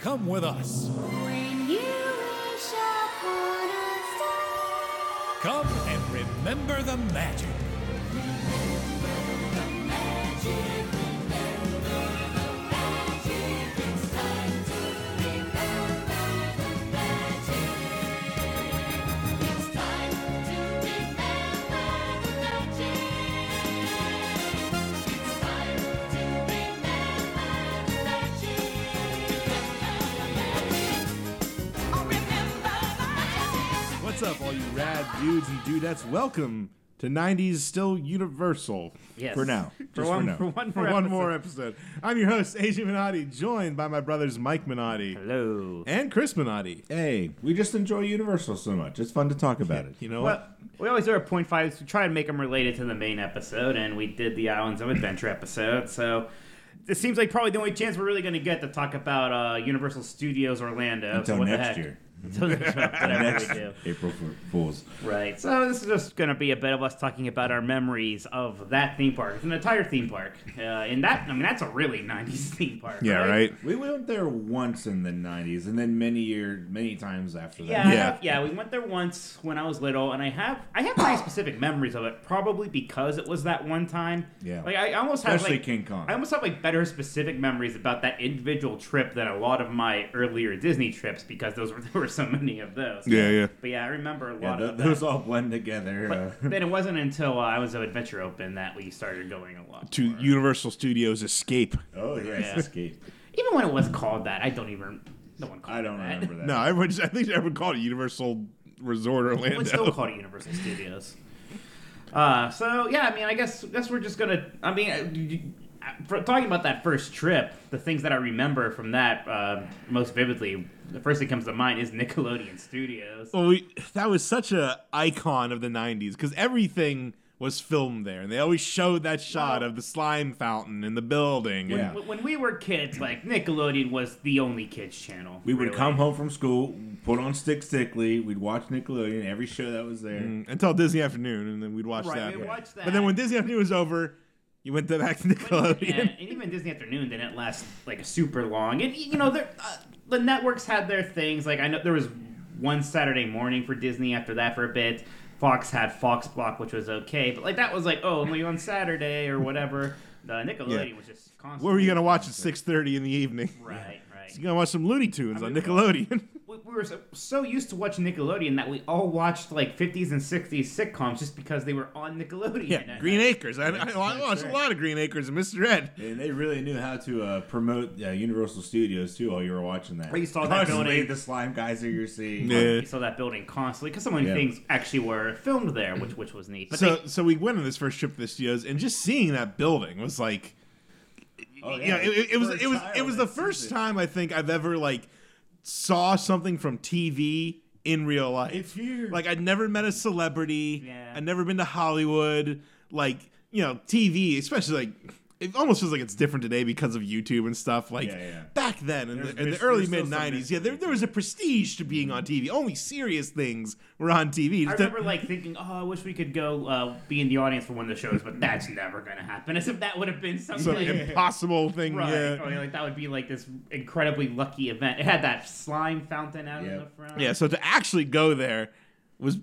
Come with us. When you wish upon a star, Come and remember the magic. magic, remember the magic. It's time to remember the magic. It's time to remember the magic. It's time to remember the magic. Oh, remember the magic. What's up, all you rad dudes and dudettes? Welcome to 90s Still Universal. Yes. For now. For Just one- now. for one more more episode. I'm your host, Asia Minotti, joined by my brothers Mike Minotti Hello. and Chris Minotti. Hey, we just enjoy Universal so much. It's fun to talk about it. You know Well, we always do our point fives. We try and make them related to the main episode, and we did the Islands of Adventure episode. So this seems like probably the only chance we're really going to get to talk about uh, Universal Studios Orlando. so Until what the next heck. year. Until next year, whatever we do. April Fools. Right. So this is just going to be a bit of us talking about our memories of that theme park. It's an entire theme park. Uh, and that, I mean, that's a really 90s theme park. Yeah, right? We went there once in the '90s, and then many year, many times after that. Yeah, I Yeah. have- yeah, We went there once when I was little, and I have I have very specific memories of it. Probably because it was that one time. Yeah. Like I almost have Especially like King Kong. I almost have like better specific memories about that individual trip than a lot of my earlier Disney trips because those were there were so many of those. Yeah, yeah. But yeah, I remember a Yeah, lot th- of that. those all blend together. But then it wasn't until uh, I was at Adventure Open that we started going a lot. To more. Universal Studios Escape. Uh, oh yes, Yeah. escape. Even when it was called that, I don't even. No one called I don't it that. remember that. No, everyone just, I think everyone called it Universal Resort It Orlando. was still called Universal Studios. Uh, so yeah, I mean, I guess guess we're just gonna. I mean, uh, you- uh, for talking about that first trip, the things that I remember from that uh, most vividly, the first thing comes to mind is Nickelodeon Studios. Oh, Well, we, that was such a icon of the '90s because everything was filmed there, and they always showed that shot of the slime fountain and the building. Yeah. When- When we were kids, like Nickelodeon was the only kids channel. We would really. come home from school, put on Stick Stickly, we'd watch Nickelodeon, every show that was there. and, until Disney Afternoon, and then we'd watch Right, that. we'd watch that. But then when Disney Afternoon was over, you went to- back to and, Nickelodeon. and even Disney Afternoon didn't last like super long. And you know, there- uh, the networks had their things. Like I know there was one Saturday morning for Disney. After that, for a bit, Fox had Fox Block, which was okay. But like that was like oh, only on Saturday or whatever. The Nickelodeon Yeah. was just constant. What were you gonna watch at 6:30 in the evening? Right, right. You gonna watch some Looney Tunes on Nickelodeon? We, we were so, so used to watching Nickelodeon that we all watched like 50s and 60s sitcoms just because they were on Nickelodeon. uh, yeah, at Green night. Acres. I, I, I watched a lot of Green Acres and Mr. Ed. And they really knew how to uh, promote uh, Universal Studios too. While you were watching that, We saw that Constantly building. the slime geyser you're seeing. Yeah. We saw that building constantly because so many Yeah. things actually were filmed there, which which was neat. But so, they, so we went on this first trip to the studios, and just seeing that building was like, Oh, yeah, it, it, it was For a it was child, it was the that's first easy. time I think I've ever like saw something from TV in real life. It's here. Like I'd never met a celebrity. Yeah. I'd never been to Hollywood. Like you know, TV, especially like it almost feels like it's different today because of YouTube and stuff. Like Yeah, yeah. back then in the, There's in the mis- early there's still mid some '90s, yeah, there, mystery there was a prestige to being on TV. Only serious things were on TV. I Just remember like thinking, oh, I wish we could go uh, be in the audience for one of the shows, but that's never going to happen. As if that would have been something. some impossible thing. Right. Yeah. Or, like that would be like this incredibly lucky event. It had that slime fountain out in Yep. the front. Yeah, so to actually go there was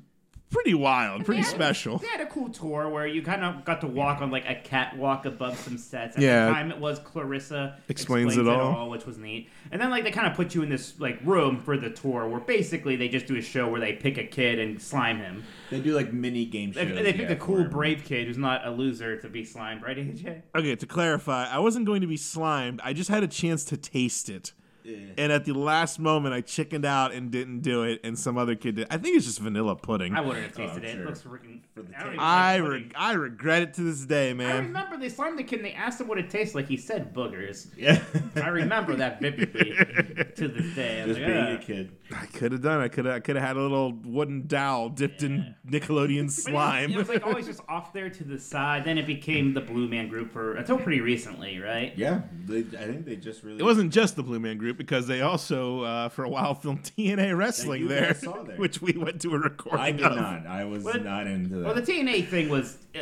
pretty wild, pretty They had- special. They had a cool tour where you kind of got to walk on like a catwalk above some sets. At Yeah. the time, it was Clarissa Explains It All. which was neat. And then like they kind of put you in this like room for the tour where basically they just do a show where they pick a kid and slime him. They do like mini game shows. They, they pick yeah, a cool for- brave kid who's not a loser to be slimed, right, AJ? Okay, to clarify, I wasn't going to be slimed. I just had a chance to taste it. Yeah. And at the last moment, I chickened out and didn't do it, and some other kid did. I think it's just vanilla pudding. I I, wouldn't have tasted Oh, it. It sure. looks freaking. For the I don't taste. even I, like re- pudding. I regret it to this day, I man. remember they slimed the kid and they asked him what it tastes like. He said boogers. Yeah. I remember that vividly to this day. I was Just like, being "Ugh." a kid. I could have done. it. I could. I could have had a little wooden dowel dipped in Nickelodeon But it was- slime. It was, like always just off there to the side. Then it became the Blue Man Group for until pretty recently, right? Yeah, they, I think they just really. It wasn't just the Blue Man Group because they also, uh, for a while, filmed TNA wrestling you there, guys saw there. which we went to a recording. I did of. not. I was Well, not into that. Well, the TNA thing was uh,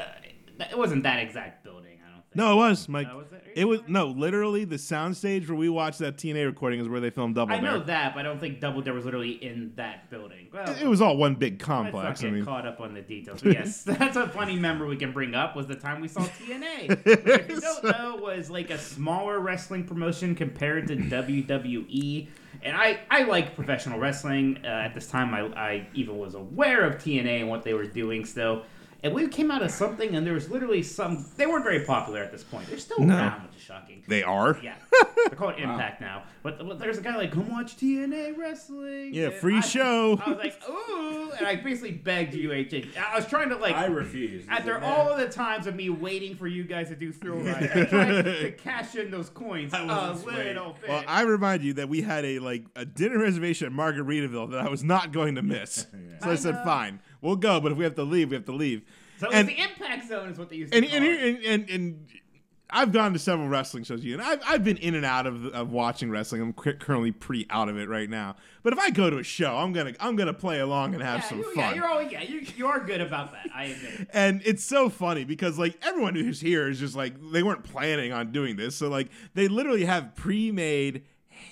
it wasn't that exact building. I don't No, it was Mike. Oh, was it? Are you it was sure? no, literally the soundstage where we watched that TNA recording is where they filmed Double I know Dare. that, but I don't think Double Dare was literally in that building. Well, It was all one big let's not complex. get I mean, caught up on the details. But yes, that's a funny memory we can bring up was the time we saw TNA. Which, if you don't know, was like a smaller wrestling promotion compared to WWE. And I, I like professional wrestling. Uh, at this time, I, I even was aware of TNA and what they were doing. So, and we came out of something, and there was literally some. They weren't very popular at this point. They're still around, which is shocking. they are. Yeah, they're called Impact now. But but there's a guy like, come watch TNA wrestling. Yeah, And free I- show. I was like, ooh, and I basically begged you, HH. I was trying to like. I refuse. after Nah. all the times of me waiting for you guys to do thrill rides, I tried to cash in those coins I a wasn't swayed. little bit. Well, I remind you that we had a like a dinner reservation at Margaritaville that I was not going to miss. So I said, "Fine, we'll go, but if we have to leave, we have to leave." so it was and the impact zone is what they used to and call and, it. and and and I've gone to several wrestling shows, you and I've I've been in and out of of watching wrestling. I'm cu- currently pre out of it right now. But if I go to a show, I'm gonna I'm gonna play along and have yeah, some you, fun. Yeah, you're all, yeah, you, you are good about that. I admit. and it's so funny because like everyone who's here is just like they weren't planning on doing this so like they literally have pre-made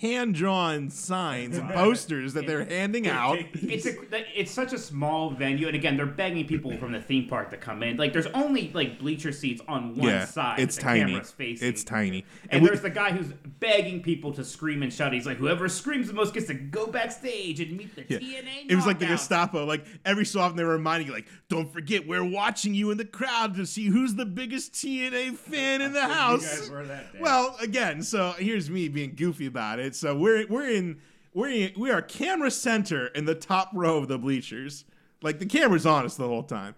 hand-drawn signs and posters that they're handing out It's a, it's such a small venue, and again, they're begging people from the theme park to come in. Like, there's only like bleacher seats on one yeah side. it's the tiny camera's facing. it's tiny And we- there's the guy who's begging people to scream and shout. He's like, whoever screams the most gets to go backstage and meet the yeah. TNA. It was like the knockouts." Gestapo. Like every so often, they were reminding you, like, "Don't forget, we're watching you in the crowd to see who's the biggest TNA fan in the house." guys were that day. Well, again, so here's me being goofy about it. So we're we're in we're in, we are camera center in the top row of the bleachers. Like the camera's on us the whole time.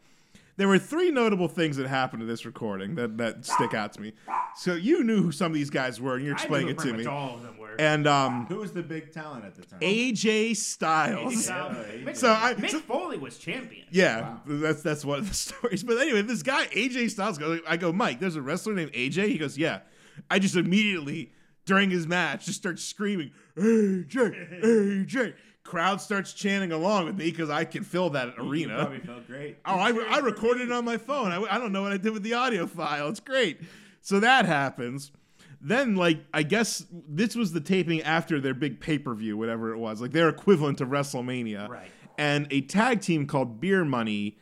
There were three notable things that happened to this recording that, that stick out to me. So you knew who some of these guys were, and you're I knew explaining it pretty to me. much All of them were. And um, Who was the big talent at the time? AJ Mick Styles. Foley- So I- Mick so- Foley was champion. Yeah, that's that's one of the stories. But anyway, this guy AJ Styles goes. I go, Mike. There's a wrestler named AJ. He goes, Yeah. I just immediately during his match just start screaming AJ AJ. Crowd starts chanting along with me because I can fill that You probably arena. felt great. Oh, I, I recorded it on my phone. I, I don't know what I did with the audio file. It's great. So that happens. Then, like, I guess this was the taping after their big pay per view, whatever it was, like their equivalent to WrestleMania. Right. And a tag team called Beer Money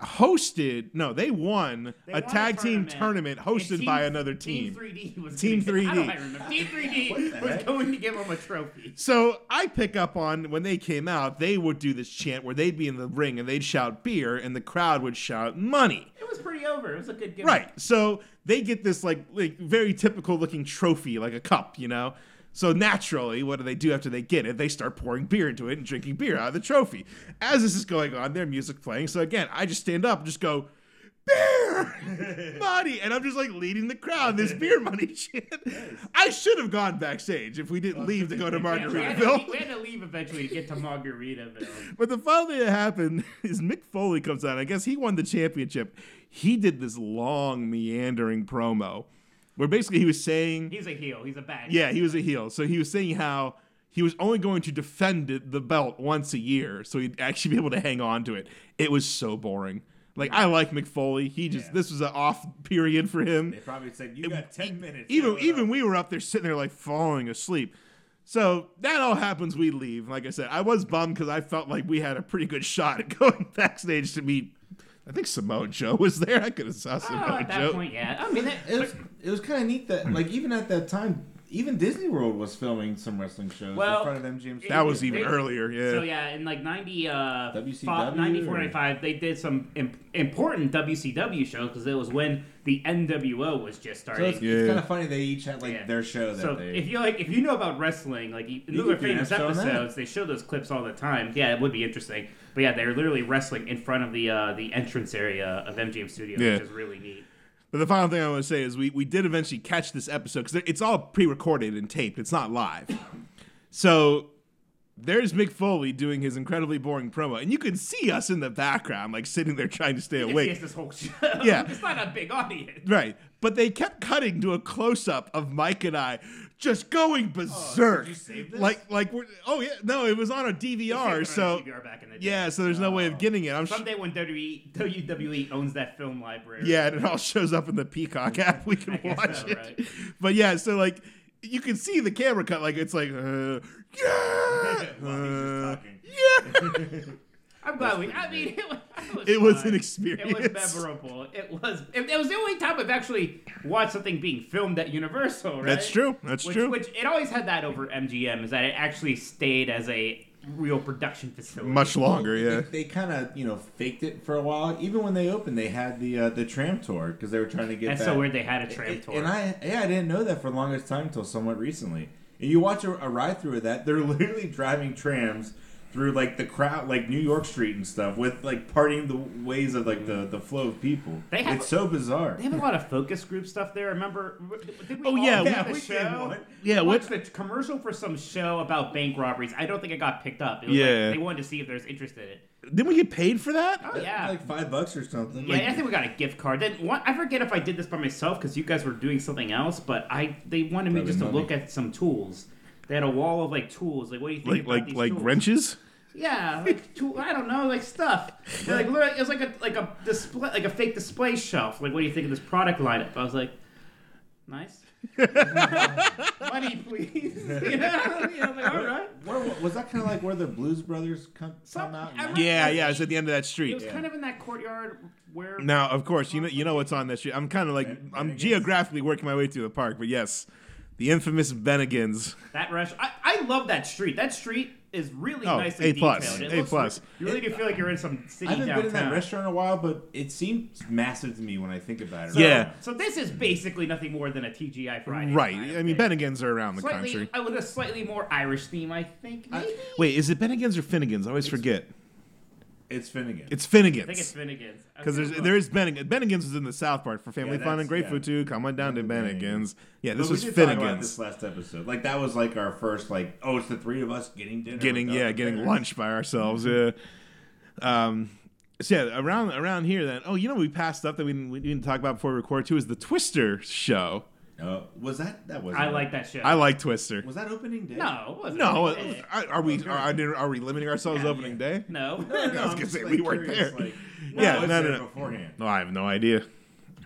hosted, no, they won They a won tag team tournament and hosted Team- by another team. Team 3D was Team gonna get- 3D. I don't remember. Team 3D was heck? going to give him a trophy. So I pick up on when they came out, they would do this chant where they'd be in the ring and they'd shout beer and the crowd would shout money. It was pretty over. It was a good game. Right. So they get this like like very typical looking trophy, like a cup, you know. So naturally, what do they do after they get it? They start pouring beer into it and drinking beer out of the trophy. As this is going on, their music playing. So again, I just stand up and just go, beer money, and I'm just like leading the crowd this beer money shit. I should have gone backstage if we didn't leave to go to Yeah, we, had to, leave- we Margaritaville. had to leave eventually to get to Margaritaville. But the final thing that happened is Mick Foley comes out. I guess he won the championship. He did this long meandering promo where basically he was saying, He's a heel. He's a bad. yeah, he was a heel. So he was saying how he was only going to defend it, the belt once a year so he'd actually be able to hang on to it. It was so boring. Like I like Mick Foley. He just Yeah. this was an off period for him They probably said you got ten minutes. even Fill it even up." we were up there sitting there like falling asleep. So that all happens. We leave. Like I said, I was bummed because I felt like we had a pretty good shot at going backstage to meet. I think Samoa Joe was there. I could have saw Oh, Samoa at that Joe. point, yeah. I mean, that, it was it was kind of neat that like even at that time, even Disney World was filming some wrestling shows Well, in front of MGM. that was even They- earlier. Yeah. so yeah, in like 90, uh, WCW, 94, or- 95, they did some imp- important WCW shows because it was when the NWO was just So starting. it's, Yeah. kind of funny they each had like Yeah. their show that So day. if you like, if you know about wrestling, like in You those are could do an famous episode on that. episodes, they show those clips all the time. Yeah, it would be interesting. But yeah, they're literally wrestling in front of the uh, the entrance area of MGM Studios, Yeah. which is really neat. But the final thing I want to say is we, we did eventually catch this episode because it's all pre recorded and taped. It's not live. So there's Mick Foley doing his incredibly boring promo. And you can see us in the background, like sitting there trying to stay Yes, awake. yes, this whole show. Yeah. it's not a big audience. Right. But they kept cutting to a close up of Mike and I just Oh, going berserk. you save this? Like like we're, oh yeah, no, it was on a DVR, It's on so DVR back in the day. yeah, so there's no way of getting it. I'm sh- Oh. Someday when E, WWE, WWE owns that film library. yeah, and it all shows up in the Peacock app. We can I guess watch so, it. right. But yeah, so like you can see the camera cut like it's like uh, yeah. uh, While he's just talking. Yeah. I'm glad we. I mean, it was. was It was fun. an It experience. was memorable. It was. It, it was the only time I've actually watched something being filmed at Universal. Right. That's true. That's which, true. Which it always had that over MGM is that it actually stayed as a real production facility. Much longer, They- yeah. They, kind of, you know, faked it for a while. Even when they opened, they had the uh, the tram tour because they were trying to get That's that. so weird. They had a tram And- tour. And I, yeah, I didn't know that for the longest time until somewhat recently. And you watch a, a ride through of that; they're literally driving trams through like the crowd, like New York Street and stuff, with like parting the ways of like the, the flow of people. Mm. They have- it's so bizarre. they have a lot of focus group stuff there. Remember? Did we Oh, all yeah, do we- the we did show? one. Yeah, Watch what- the commercial for some show about bank robberies. I don't think it got picked up. It was Yeah. like they wanted to see if there's interest in it. Didn't we get paid for that? Oh yeah, like five bucks or something. Yeah, Like, I think we got a gift card. Then one, I forget if I did this by myself because you guys were doing something else, but I they wanted me Probably just to money. look at some tools. They had a wall of like tools. Like, what do you Like think? about like these like tools? wrenches? Yeah, like tool. I don't know, like stuff. They're like literally, it was like a like a display, like a fake display shelf. Like, what do you think of this product lineup? I was like, nice. Money, please. you know, I was like, all right. where, was that kind of like where the Blues Brothers come, come out? I And re- Yeah, yeah, it's at the end of that It street. was kind of in that courtyard where Now, of course, you know you know what's on that street. I'm kind of like I'm geographically working my way through the park, but yes, the infamous Bennigan's. That rush. I, I love that street. That street is really Oh, nicely A plus, detailed. A looks- plus. You really do feel like you're in some city I haven't downtown. been in that restaurant in a while, but it seems massive to me when I think about it. So- Yeah. So this is basically nothing more than a TGI Friday. Right. kind I, of mean, thing. Bennigan's are around the Slightly, country. I with a slightly more Irish theme, I think. Maybe? I, Wait, is it Bennigan's or Finnegan's? I always forget. It's Finnegan. It's think it's Finnegan's. Finnegan's. I Because feel there's like- there is Bennigan's. Bennigan's is in the South Park for family Yeah, fun and that's- great yeah. food too. Come on down to Bennigan's. Bennigan's. Yeah, this But we was did talk about Finnegan's. this last episode. Like that was like our first like oh it's the three of us getting dinner. getting without yeah the getting parents. lunch by ourselves yeah um so yeah around around here then oh you know we passed up that we didn't, we didn't talk about before we record too is the twister show Uh, was that that was I like that show. i like twister was that opening day? no, it wasn't. no Yeah. are, are we are, are we limiting ourselves opening day Eh, I no, no. was I'm gonna just, say, like, we weren't curious, there. Like, Yeah, what was no, no, there no. beforehand. no i have no idea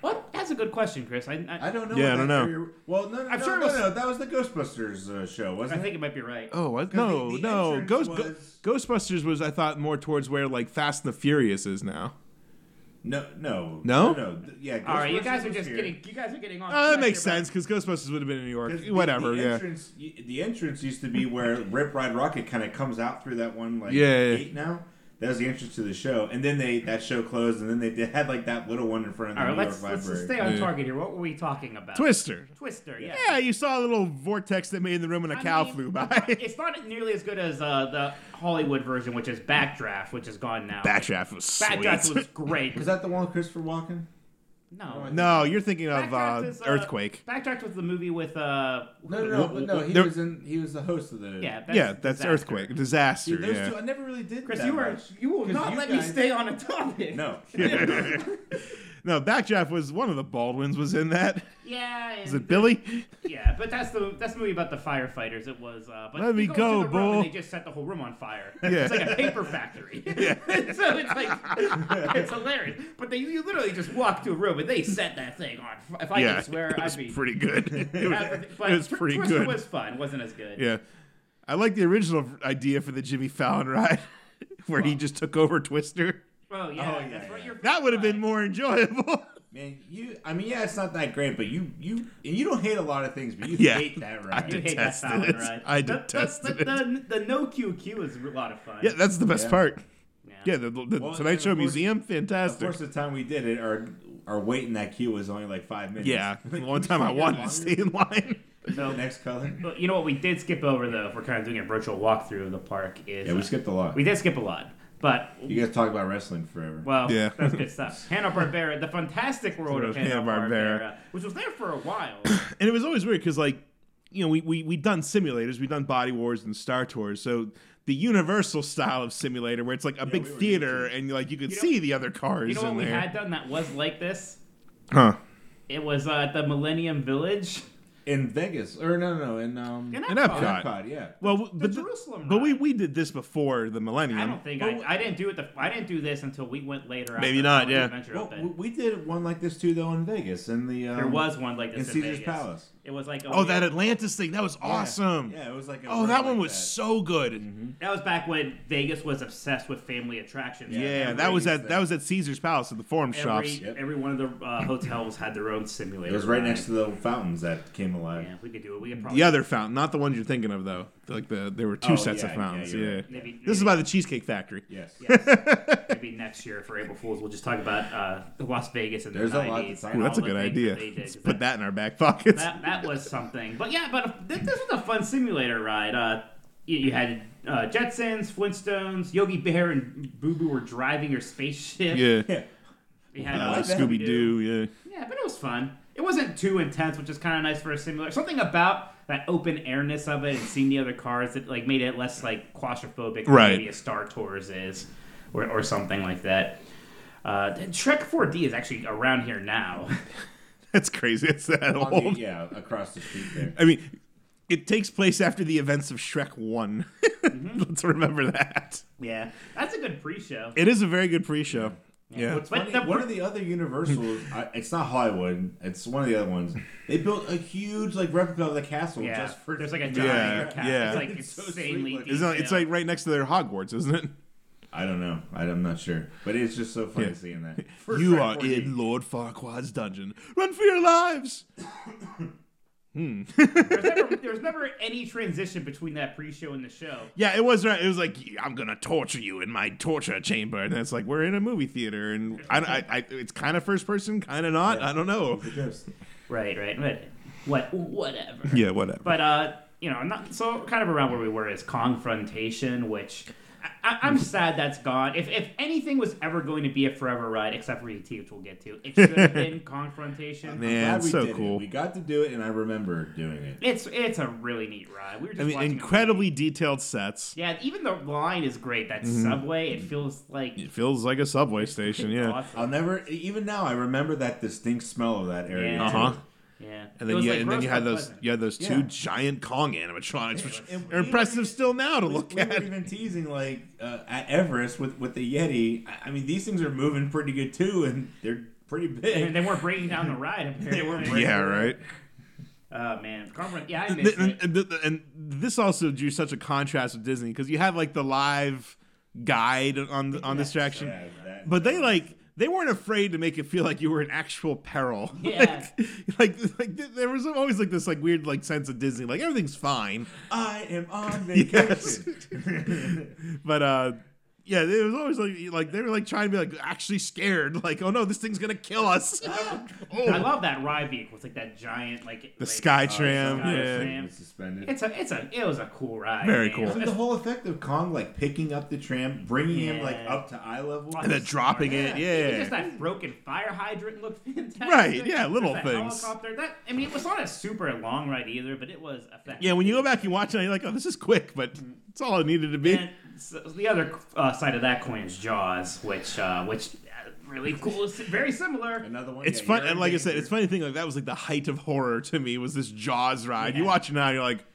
What? That's a good question, Chris. I, I, I don't know. Yeah, what I don't that know. three- Well, no, no, I'm no, sure it no, was- no, that was the Ghostbusters uh, show, I wasn't think it? it might be right. oh what? 'Cause no the- the no entrance Ghost, was- Go- ghostbusters was i thought more towards where like fast and the furious is now No, no, No? no. th- Yeah. all right, you Ghostbusters guys are was just here. getting. You guys are getting off. oh that track makes here, but- sense because ghostbusters would have been in new york 'Cause the- whatever the yeah Entrance, y- the entrance used to be where Rip Ride Rocket kind of comes out through that one like Yeah, yeah. gate now. That was the entrance to the show, and then they that show closed, and then they did, had like that little one in front of the All right, New let's, York let's Library. stay on Yeah. target here. What were we talking about? twister Twister, yeah. yeah you saw a little vortex that made the room and a I cow mean, flew by It's not nearly as good as uh, the Hollywood version, which is Backdraft, which is gone now. Backdraft was sweet. Backdraft was great. Was that the one with Christopher Walken? no. no, you're thinking of Backdraft uh, is, uh, Earthquake. Backdraft was the movie with uh. No, no, no, no. He There- was in. He was the host of the. Yeah, that's yeah, that's disaster. Earthquake. Disaster. Dude, those yeah. two, I never really did. Chris, that you are much. you will 'Cause not you let me guys- stay on a topic. No. No, Backdraft was one of the Baldwins was in that. Yeah. and Is it Billy? Yeah, but that's the that's the movie about the firefighters. It was. Uh, but Let you me go, into go, the room and bull. They just set the whole room on fire. Yeah. It's like a paper factory. so it's like it's hilarious. But they you literally just walk to a room and they set that thing on. fi- If I yeah, could swear, it was I'd be. pretty good. it was, but it was Twi- pretty Twister good. was fun. Wasn't as good. yeah, I like the original idea for the Jimmy Fallon ride, where he just took over Twister. Oh yeah. Oh, yeah, that's right. yeah. You're That would have been right. more enjoyable. Man, you. I mean, yeah, it's not that great, but you, you, and you don't hate a lot of things, but you Yeah. hate that I ride. You hate that detested Fallon it. ride. I The- the- detested the, the, the no QQ is a lot of fun. yeah, that's the best Yeah. part. Yeah. Yeah, the, the Well, and Tonight of Show course- Museum, Of fantastic. course, the time we did it, our our wait in that queue was only like five minutes. Yeah, Like, the can one we time I stay here wanted to longer? stay in line. The next color. But you know what we did skip over though, if we're kind of doing a virtual walkthrough of the park, is Yeah, we uh, skipped a lot. we did skip a lot, but You guys talk about wrestling forever. Well, Yeah. that's good stuff. Hanna Barbera, the Fantastic World of Hanna Barbera, Hanna-Barbera. which was there for a while. and it was always weird because like you know we we we done simulators we done body wars and star tours so the universal style of simulator where it's like a big we were theater and you like you could You know- see the other cars You know in what we there had done that was like this? huh It was uh, at the Millennium Village. in Vegas or no, no, no, in um, In in in Epcot. Epcot. Epcot, yeah. Well, w- the but th- Jerusalem But we ride. we did this before the millennium. I don't think Well, I, I didn't do it. The, I didn't do this until we went later. Maybe after not, the yeah. Adventure Well, opened. w- we did one like this too, though, in Vegas. In the um, there was one like this in Caesar's Vegas. Palace. It was like a Oh, that weird- Atlantis thing that was Yeah. awesome. Yeah, it was like a Oh, ride that one like was so good. that was back when Vegas was obsessed with family attractions. Yeah, Yeah, that was at everybody's that there. was at Caesar's Palace at the Forum Every, Shops. Yep. every one of the uh, hotels had their own simulator. It was right ride. next to the fountains that came alive. Yeah, we could do it. We could probably The other fountain, not the ones you're thinking of though. Like the there were two Oh, sets of yeah, yeah, fountains. Yeah, you're right. Maybe, maybe This is by the Cheesecake Factory. Yes. Yes. maybe next year for April Fools, we'll just talk about uh, Las Vegas and There's the a lot to 90s talk and Ooh, that's a all the good things idea. that they did, Let's 'cause put that in our back pockets. that that was something. But yeah, but th- this was a fun simulator ride. Uh, you, you had uh, Jetsons, Flintstones, Yogi Bear, and Boo Boo were driving your spaceship. yeah, Yeah. You had uh, like that. Scooby Doo. Yeah, Yeah, but it was fun. It wasn't too intense, which is kind of nice for a simulator. Something about that open airness of it and seeing the other cars that like made it less like claustrophobic. than Right. Maybe a Star Tours is, or, or something like that. Uh, Trek 4D is actually around here now. that's crazy. It's that On old. the, yeah, across the street there. I mean, it takes place after the events of Shrek One. Mm-hmm. Let's remember that. yeah, that's a good pre-show. It is a very good pre-show. Yeah, What's But funny, the- one of the other Universals, I, it's not Hollywood, it's one of the other ones. They built a huge like replica of the castle Yeah, just for there's like a giant Yeah, cat. yeah. It's like It's so insanely sweet. it's, not, it's detailed. like right next to their Hogwarts, isn't it? I don't know, I, am not sure, but it's just so funny Yeah. seeing that. you are in Lord Farquaad's dungeon. Run for your lives! there's, never, there's never any transition between that pre-show and the show. Yeah, it was right. It was like I'm gonna torture you in my torture chamber, and it's like we're in a movie theater, and I, I, I it's kind of first person, kind of not. I don't know. Yes. Right, right, right. What, whatever. Yeah, whatever. But uh, you know, not so kind of around where we were is confrontation, which I, I, I'm Mm-hmm. sad that's gone. If if anything was ever going to be a forever ride, except for ET, which we'll get to, it should have been confrontation. Man, Glad we so did it. cool. We got to do it, and I remember doing it. It's it's a really neat ride. We were just I mean, watching it. incredibly detailed sets. Yeah, even the line is great. That Mm-hmm. subway, it feels like It feels like a subway station. Yeah. awesome. I'll never, even now, I remember that distinct smell of that area. Yeah. Uh too. huh. Yeah, And It then was, you like, and then gross you had but those pleasant. you had those two Yeah. giant Kong animatronics, which And are we- impressive still now to We- look we at. were even teasing like uh, at Everest with with the Yeti. I, I mean, these things are moving pretty good too, and they're pretty And big. they weren't bringing down the ride. Apparently. weren't bringing- Yeah, right. Oh man, Confront- Yeah, I And, missed it. and- and- and this also drew such a contrast with Disney because you have like the live guide on on distraction, Yeah, that- but they like they weren't afraid to make it feel like you were in actual peril. Yeah. like, like like th- there was always like this like weird like sense of Disney like everything's fine, I am on Yes. vacation. but uh. Yeah, it was always like like they were like trying to be like actually scared, like oh no, this thing's gonna kill us. I oh, love Oh, that ride vehicle. It's like that giant, like the like, sky Uh, tram, Sky yeah. Tram was suspended. It's a, it's a, it was a cool ride. Very man. cool. I mean, the whole effect of Kong like picking up the tram, bringing him like Yeah. up to eye level, and then dropping it, Even yeah. Just that broken fire hydrant looked fantastic. Right, yeah, little Just that things. Helicopter. That I mean, it was not a super long ride either, but it was effective. Yeah, when you go back and watch it, you're like, oh, this is quick, but it's all it needed to be. And so the other uh, side of that coin is Jaws, which, uh, which, uh, really cool. It's very similar. another one. It's yeah, fun, you're in and like I said, danger. it's funny thing. Like that was like the height of horror to me was this Jaws ride. You Yeah. watch it now, you're like,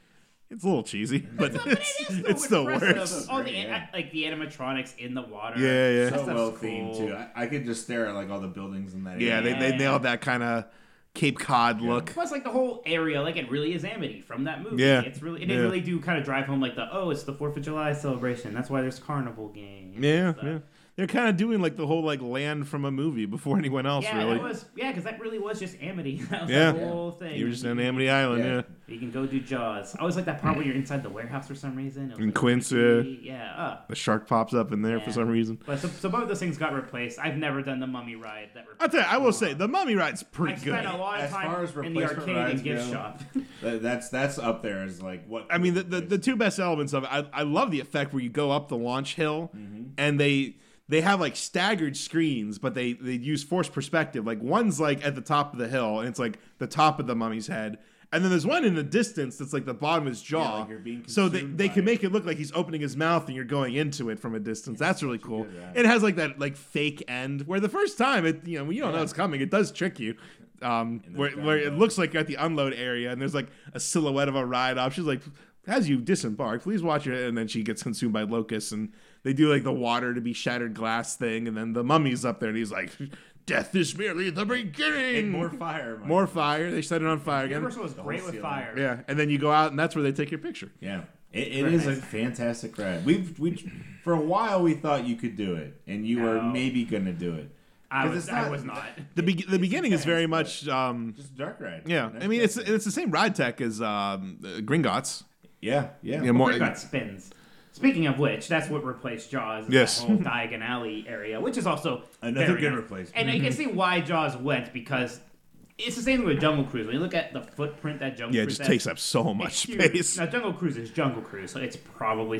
it's a little cheesy, but it's, it's, still the impressive. worst. All the Yeah. like the animatronics in the water. Yeah, yeah. That So stuff's well themed cool. too. I, I could just stare at like all the buildings in that Yeah, area. they, they Yeah. nailed that kind of Cape Cod look. Plus, like the whole area, like it really is Amity from that movie. Yeah. it's really it didn't Yeah. really do kind of drive home like the oh, it's the Fourth of July celebration. That's why there's carnival games. Yeah, So- yeah. They're kind of doing like the whole like land from a movie before anyone else Yeah, really. that was yeah, because that really was just Amity. That was Yeah. the whole thing. you were just on Amity Island, yeah. Yeah. You can go do Jaws. I always like that part where you're inside the warehouse for some reason. It was, And like, Quince, creepy. yeah. uh, The shark pops up in there Yeah. for some reason. but so, so both of those things got replaced. I've never done the Mummy ride. That I'll tell you, I will replaced say the Mummy ride's Jaws. I pretty spent good. a lot of As time far as in the replacement arcade rides and gift go, shop. That- that's that's up there as like what I mean, the, the, the two best elements of it, I, I love the effect where you go up the launch hill Mm-hmm. and they they have like staggered screens, but they, they use forced perspective. Like one's like at the top of the hill and it's like the top of the mummy's head. And then there's one in the distance that's like the bottom of his jaw. like you're being so they, consumed they by can it. make it look like he's opening his mouth and you're going into it from a distance. That's really cool. good, right. It has like that like fake end where the first time it you know when you don't know it's coming, it does trick you. um, And where, there's where it download. looks like you're at the unload area and there's like a silhouette of a ride off. She's like, as you disembark, please watch it. And then she gets consumed by locusts and they do like the water to be shattered glass thing. And then the mummy's up there and he's like, death is merely the beginning. And more fire. Mike. More fire. They set it on fire again. Universal is The great whole with ceiling. fire. Yeah. And then you go out and that's where they take your picture. Yeah, it, it is a Nice. fantastic ride. We've we for a while we thought you could do it, and you were No. maybe gonna do it. I 'Cause was, it's I not- was not. The, be- the beginning is very but- much. Um, Just a dark ride. yeah, Nice I mean it's dark it's the same ride tech as um, uh, Gringotts. ride. yeah, yeah. Yeah, more- We've got spins. Speaking of which, that's what replaced Jaws. is Yes. That whole Diagon Alley area, which is also Another very good nice. replacement. And you Mm-hmm. can see why Jaws went because it's the same thing with Jungle Cruise. When you look at the footprint that Jungle Yeah, it Cruise just has, takes up so much it's huge. space. Now Jungle Cruise is Jungle Cruise, so it's probably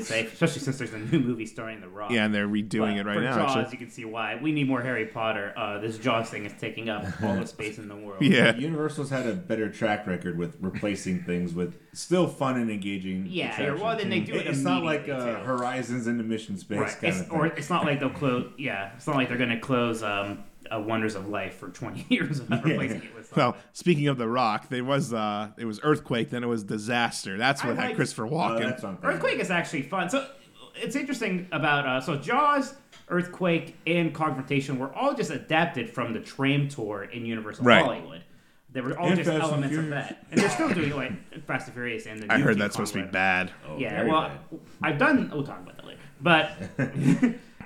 safe, especially since there's a new movie starring The Rock. Yeah, and they're But redoing it right for now. Jaws, Actually, you can see why we need more Harry Potter. Uh, this Jaws thing is taking up all the space in the world. yeah. Universal's had a better track record with replacing things with still fun and engaging. Yeah, attractions. well, then they do it It's not like immediately, uh, too. Horizons into Mission Space Right. kind It's- of thing. Uh, or it's not like they'll close. Yeah, it's not like they're going to close um, uh, Wonders of Life for twenty years without replacing it with something. Well, speaking of The Rock, there was uh, it was earthquake, then it was disaster. That's I what had like- Christopher Oh, Walken. that's on brand. Earthquake is actually fun. So it's interesting about uh, so Jaws, Earthquake, and Confrontation were all just adapted from the Tram Tour in Universal Right. Hollywood. They were all And just Fast and elements of Furious. that, and they're still doing like Fast and Furious and the. I new heard King that's supposed to Kong be ride. bad. Oh, yeah, very well, bad. I've done. We'll talk about that later. But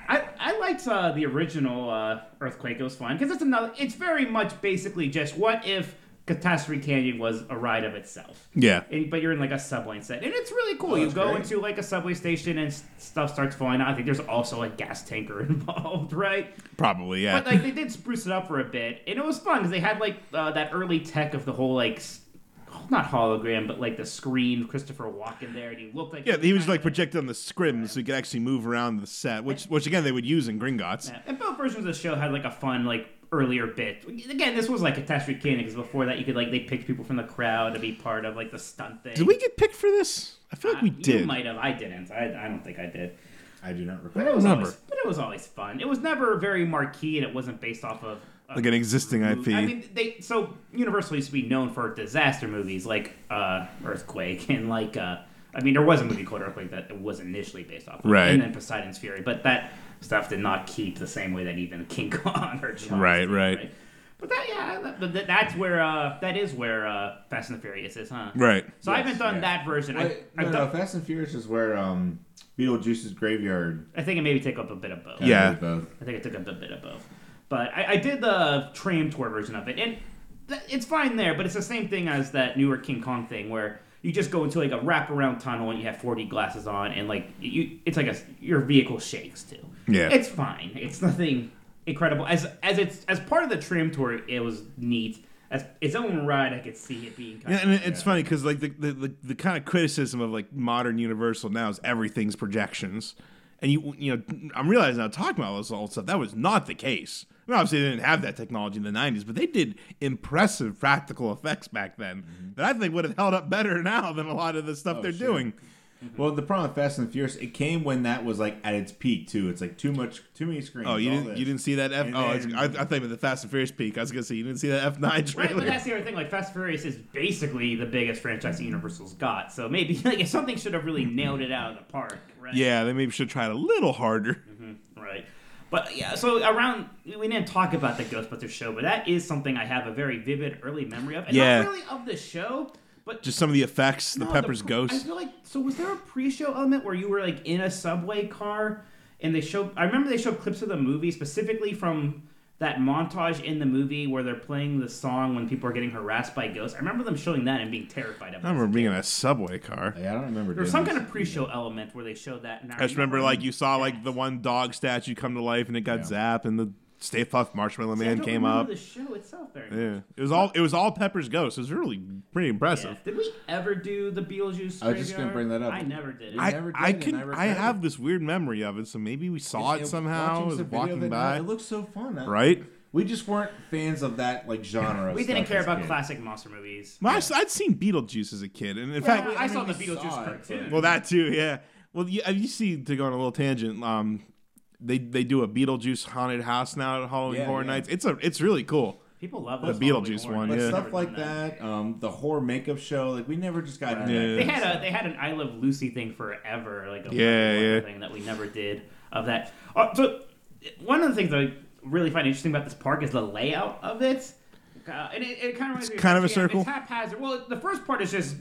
I, I liked uh, the original uh, earthquake. It was fun because it's another. It's very much basically just what if Catastrophe Canyon was a ride of itself. Yeah. And, but you're in like a subway instead, and it's really cool. you Oh, that's go great. into like a subway station, and s- stuff starts falling out. I think there's also a gas tanker involved, right? Probably, yeah. But like they did spruce it up for a bit, and it was fun because they had like uh, that early tech of the whole like s- not hologram, but like the screen Christopher Walken there, and he looked like yeah, he was like projected on the scrim so he could actually move around the set, which which again they would use in Gringotts. Yeah. And both versions of the show had like a fun like earlier bit. Again, this was like Catastrophe Canyon because before that you could like they picked people from the crowd to be part of like the stunt thing. Did we get picked for this? I feel like we Uh, You did. might have. I didn't. I, I don't think I did. I do not But it recall. was remember. always. But it was always fun. It was never very marquee, and it wasn't based off of. of Like an existing mov- IP. Mm, I mean, they so Universal used to be known for disaster movies like uh, Earthquake and like uh, I mean, there was a movie called Earthquake that was initially based off, of, Right. And then Poseidon's Fury, but that stuff did not keep the same way that even King Kong or Jaws Right, did, right. But that yeah, that, that- that's where uh, that is where uh, Fast and the Furious is, huh? Right. So I haven't done yeah. that version. I, Wait, I've no, done, no, Fast and Furious is where um, Beetlejuice's graveyard. uh, I think it maybe take up a bit of both. Yeah. They both- I think I took up a bit of both. But I, I did the tram tour version of it, and th- it's fine there, but it's the same thing as that newer King Kong thing where you just go into like a wraparound tunnel and you have 4D glasses on, and like you, it's like a your vehicle shakes too. Yeah. it's fine. It's nothing incredible. As as it's as part of the tram tour, it was neat. As its own ride, I could see it being kind Yeah, of and it- it's funny 'cause funny because like the, the, the, the kind of criticism of like modern Universal now is everything's projections, and you you know I'm realizing now talking about all this old stuff that was not the case. I mean, obviously, they didn't have that technology in the '90s, but they did impressive practical effects back then that I think would have held up better now than a lot of the stuff they're sure. doing. Well, the problem with Fast and Furious, it came when that was like at its peak too. It's like too much, too many screens. Oh, you all didn't this. you didn't see that F? And Oh, I, then- I, I think with the Fast and Furious peak, I was gonna say you didn't see that F9 Right, trailer. but that's the other thing. Like Fast and Furious is basically the biggest franchise that Universal's got. So maybe like if something should have really nailed it out of the park, right? yeah, they maybe should try it a little harder. Right. But yeah, so around we didn't talk about the Ghostbusters show, but that is something I have a very vivid early memory of. And Yeah. not really of the show, but Just some of the effects, the no, Pepper's ghost. I feel like so was there a pre-show element where you were like in a subway car and they showed I remember they showed clips of the movie specifically from that montage in the movie where they're playing the song when people are getting harassed by ghosts. I remember them showing that and being terrified of it. I remember being in a subway car. Yeah, I don't remember. there was some kind of pre-show element where they showed that. And I just remember like you saw like the one dog statue come to life and it got zapped and the Stay Puft Marshmallow I Man don't came remember up. The show itself very much. Yeah, it was all it was all Pepper's ghost. It was really pretty impressive. Yeah. Did we ever do the Beetlejuice? I was just gonna graveyard? bring that up. I never did. We I never I did, and can I I, regret have it. this weird memory of it, so maybe we saw it, somemehow. watching was some video of walking it now, by, It looks so fun, I- right? We just weren't fans of that like genre. of we didn't stuff care as about kids. classic monster movies. Well, I s- I'd seen Beetlejuice as a kid, and in I, fact, I saw mean, the we Beetlejuice saw it, cartoon. but- Well, that too, yeah. Well, you, uh, you see, to go on a little tangent, um, they they do a Beetlejuice haunted house now at Halloween Yeah, Horror yeah. Nights. It's a it's really cool. People love The those Halloween Beetlejuice horror one, But movies. yeah. stuff like that, um, the horror makeup show, like we never just got. into Right. that. They had a they had an I Love Lucy thing forever, like a Yeah, one yeah. thing that we never did of that. Oh, so one of the things I really find interesting about this park is the layout of it. Uh, and it, it kind of It's kind of a circle. It's haphazard. Well, the first part is just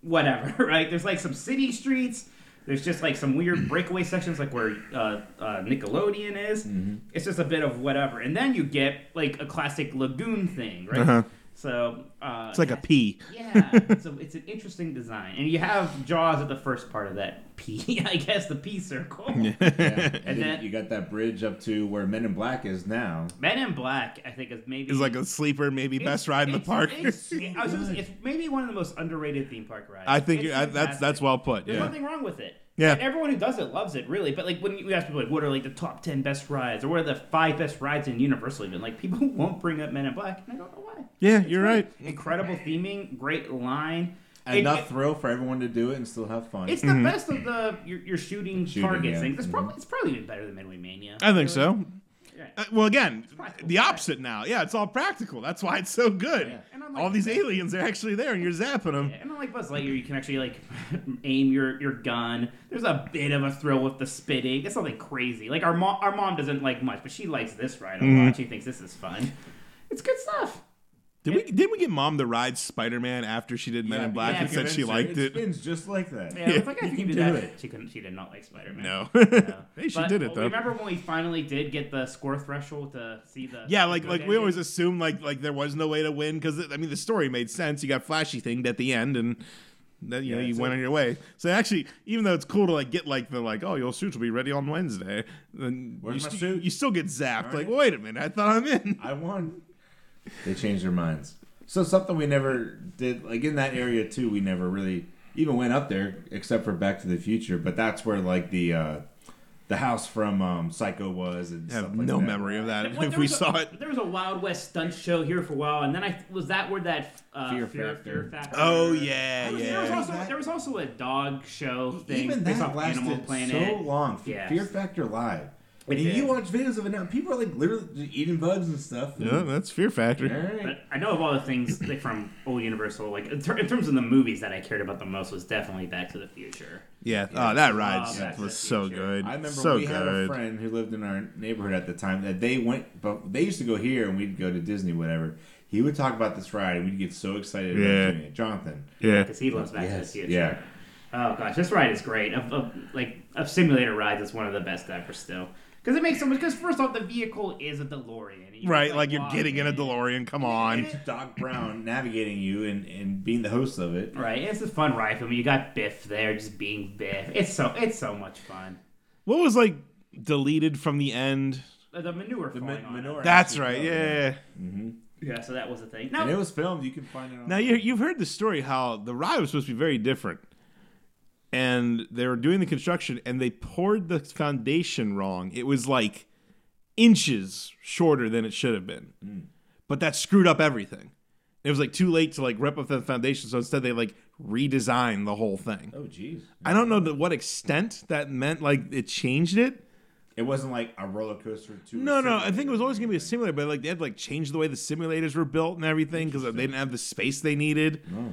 whatever, right? There's like some city streets. There's just like some weird breakaway sections, like where uh, uh, Nickelodeon is. Mm-hmm. It's just a bit of whatever, and then you get like a classic lagoon thing, right? Uh-huh. So uh, It's like a P. yeah, so it's an interesting design, and you have Jaws at the first part of that P, I guess the P circle. Yeah. And then- you got that bridge up to where Men in Black is now. Men in Black, I think, is maybe It's like a sleeper, maybe it's- best ride in the it's- park. It's, I was gonna say, it's maybe one of the most underrated theme park rides. I think It's I, that's fantastic. that's well put. There's Yeah. nothing wrong with it. Yeah. And everyone who does it loves it, really. But like when you ask people, like, what are like the top ten best rides, or what are the five best rides in Universal? Even like people won't bring up Men in Black, and I don't know why. Yeah, you're right. Incredible theming, great line. It- Enough it- thrill for everyone to do it and still have fun. It's Mm-hmm. the best of the your, your shooting, Shooting, target yeah. things. It's probably it's probably even better than Midway Mania. I think so. Yeah. Uh, well, again, practical, the right? opposite now. Yeah, it's all practical. That's why it's so good. Yeah. And unlike All these that- aliens are actually there, and you're zapping them. Yeah, and unlike Buzz Lightyear, you can actually like aim your, your gun. There's a bit of a thrill with the spitting. It's nothing crazy. Like our mom, our mom doesn't like much, but she likes this ride a Mm-hmm. lot. She thinks this is fun. It's good stuff. Did we did we get mom to ride Spider Man after she did Men in Black yeah, and said she convinced her. liked It it? spins just like that. Yeah, I was like, I you think you can did do that. it. She couldn't. She did not like Spider Man. No. no. hey, she But did it though. Remember when we finally did get the score threshold to see the? Yeah, like like we ending? always assumed like like there was no way to win because I mean the story made sense. You got flashy thinged at the end and. Then you know Yeah, you that's went it. on your way. So actually, even though it's cool to like get like the like, oh, your suit will be ready on Wednesday. Then you, Where's my st- suit? you still get zapped. All Like, right. wait a minute, I thought I'm in. I won. They changed their minds. So something we never did, like in that area too, we never really even went up there except for Back to the Future. But that's where like the uh, the house from um, Psycho was and I have stuff like no that. memory of that. Well, if there we was a- saw it, there was a Wild West stunt show here for a while, and then I was that where that uh, Fear fear, fear, Factor. Factor. oh yeah, E-, There was, yeah. There was, also, That- there was also a dog show thing Even based that off Animal lasted Planet. so long. Fe- Yes. Fear Factor Live. It And you did. watch videos of it now. People are like literally just eating bugs and stuff. yeah, that's Fear Factor. All right. But I know of all the things like, from old Universal, like in, ter- in terms of the movies that I cared about the most was definitely Back to the Future. Yeah, oh, that ride Back to the was so Future. good. I remember so we good. had a friend who lived in our neighborhood at the time that they went, but they used to go here and we'd go to Disney, whatever. He would talk about this ride and we'd get so excited Yeah. about doing it. Jonathan. yeah, Because he loves Back to the Yes, Future. yeah. Oh gosh, this ride is great. Of, of like of simulator rides, it's one of the best ever still. Because it makes so much. Because first off, the vehicle is a DeLorean. You can, right. Like you're walk getting in a it. DeLorean. Come on. Doc Brown navigating you and, and being the host of it. Right, it's a fun ride. I mean, you got Biff there, just being Biff. It's so it's so much fun. What was like deleted from the end? Uh, The manure The falling ma- on manure That's actually right. filmed it. Yeah. it. Yeah, so that was a thing. And it No, was filmed. You can find it on Now you you've heard the story how the ride was supposed to be very different, and they were doing the construction and they poured the foundation wrong. It was like inches shorter than it should have been, but that screwed up everything. It was like too late to like rip up the foundation, so instead they like redesigned the whole thing. Oh, jeez. I don't know to what extent that meant. Like it changed it. It wasn't like a roller coaster. To a No, no. I simulator. think it was always gonna be a simulator, but like they had to like change the way the simulators were built and everything because they didn't have the space they needed. Oh.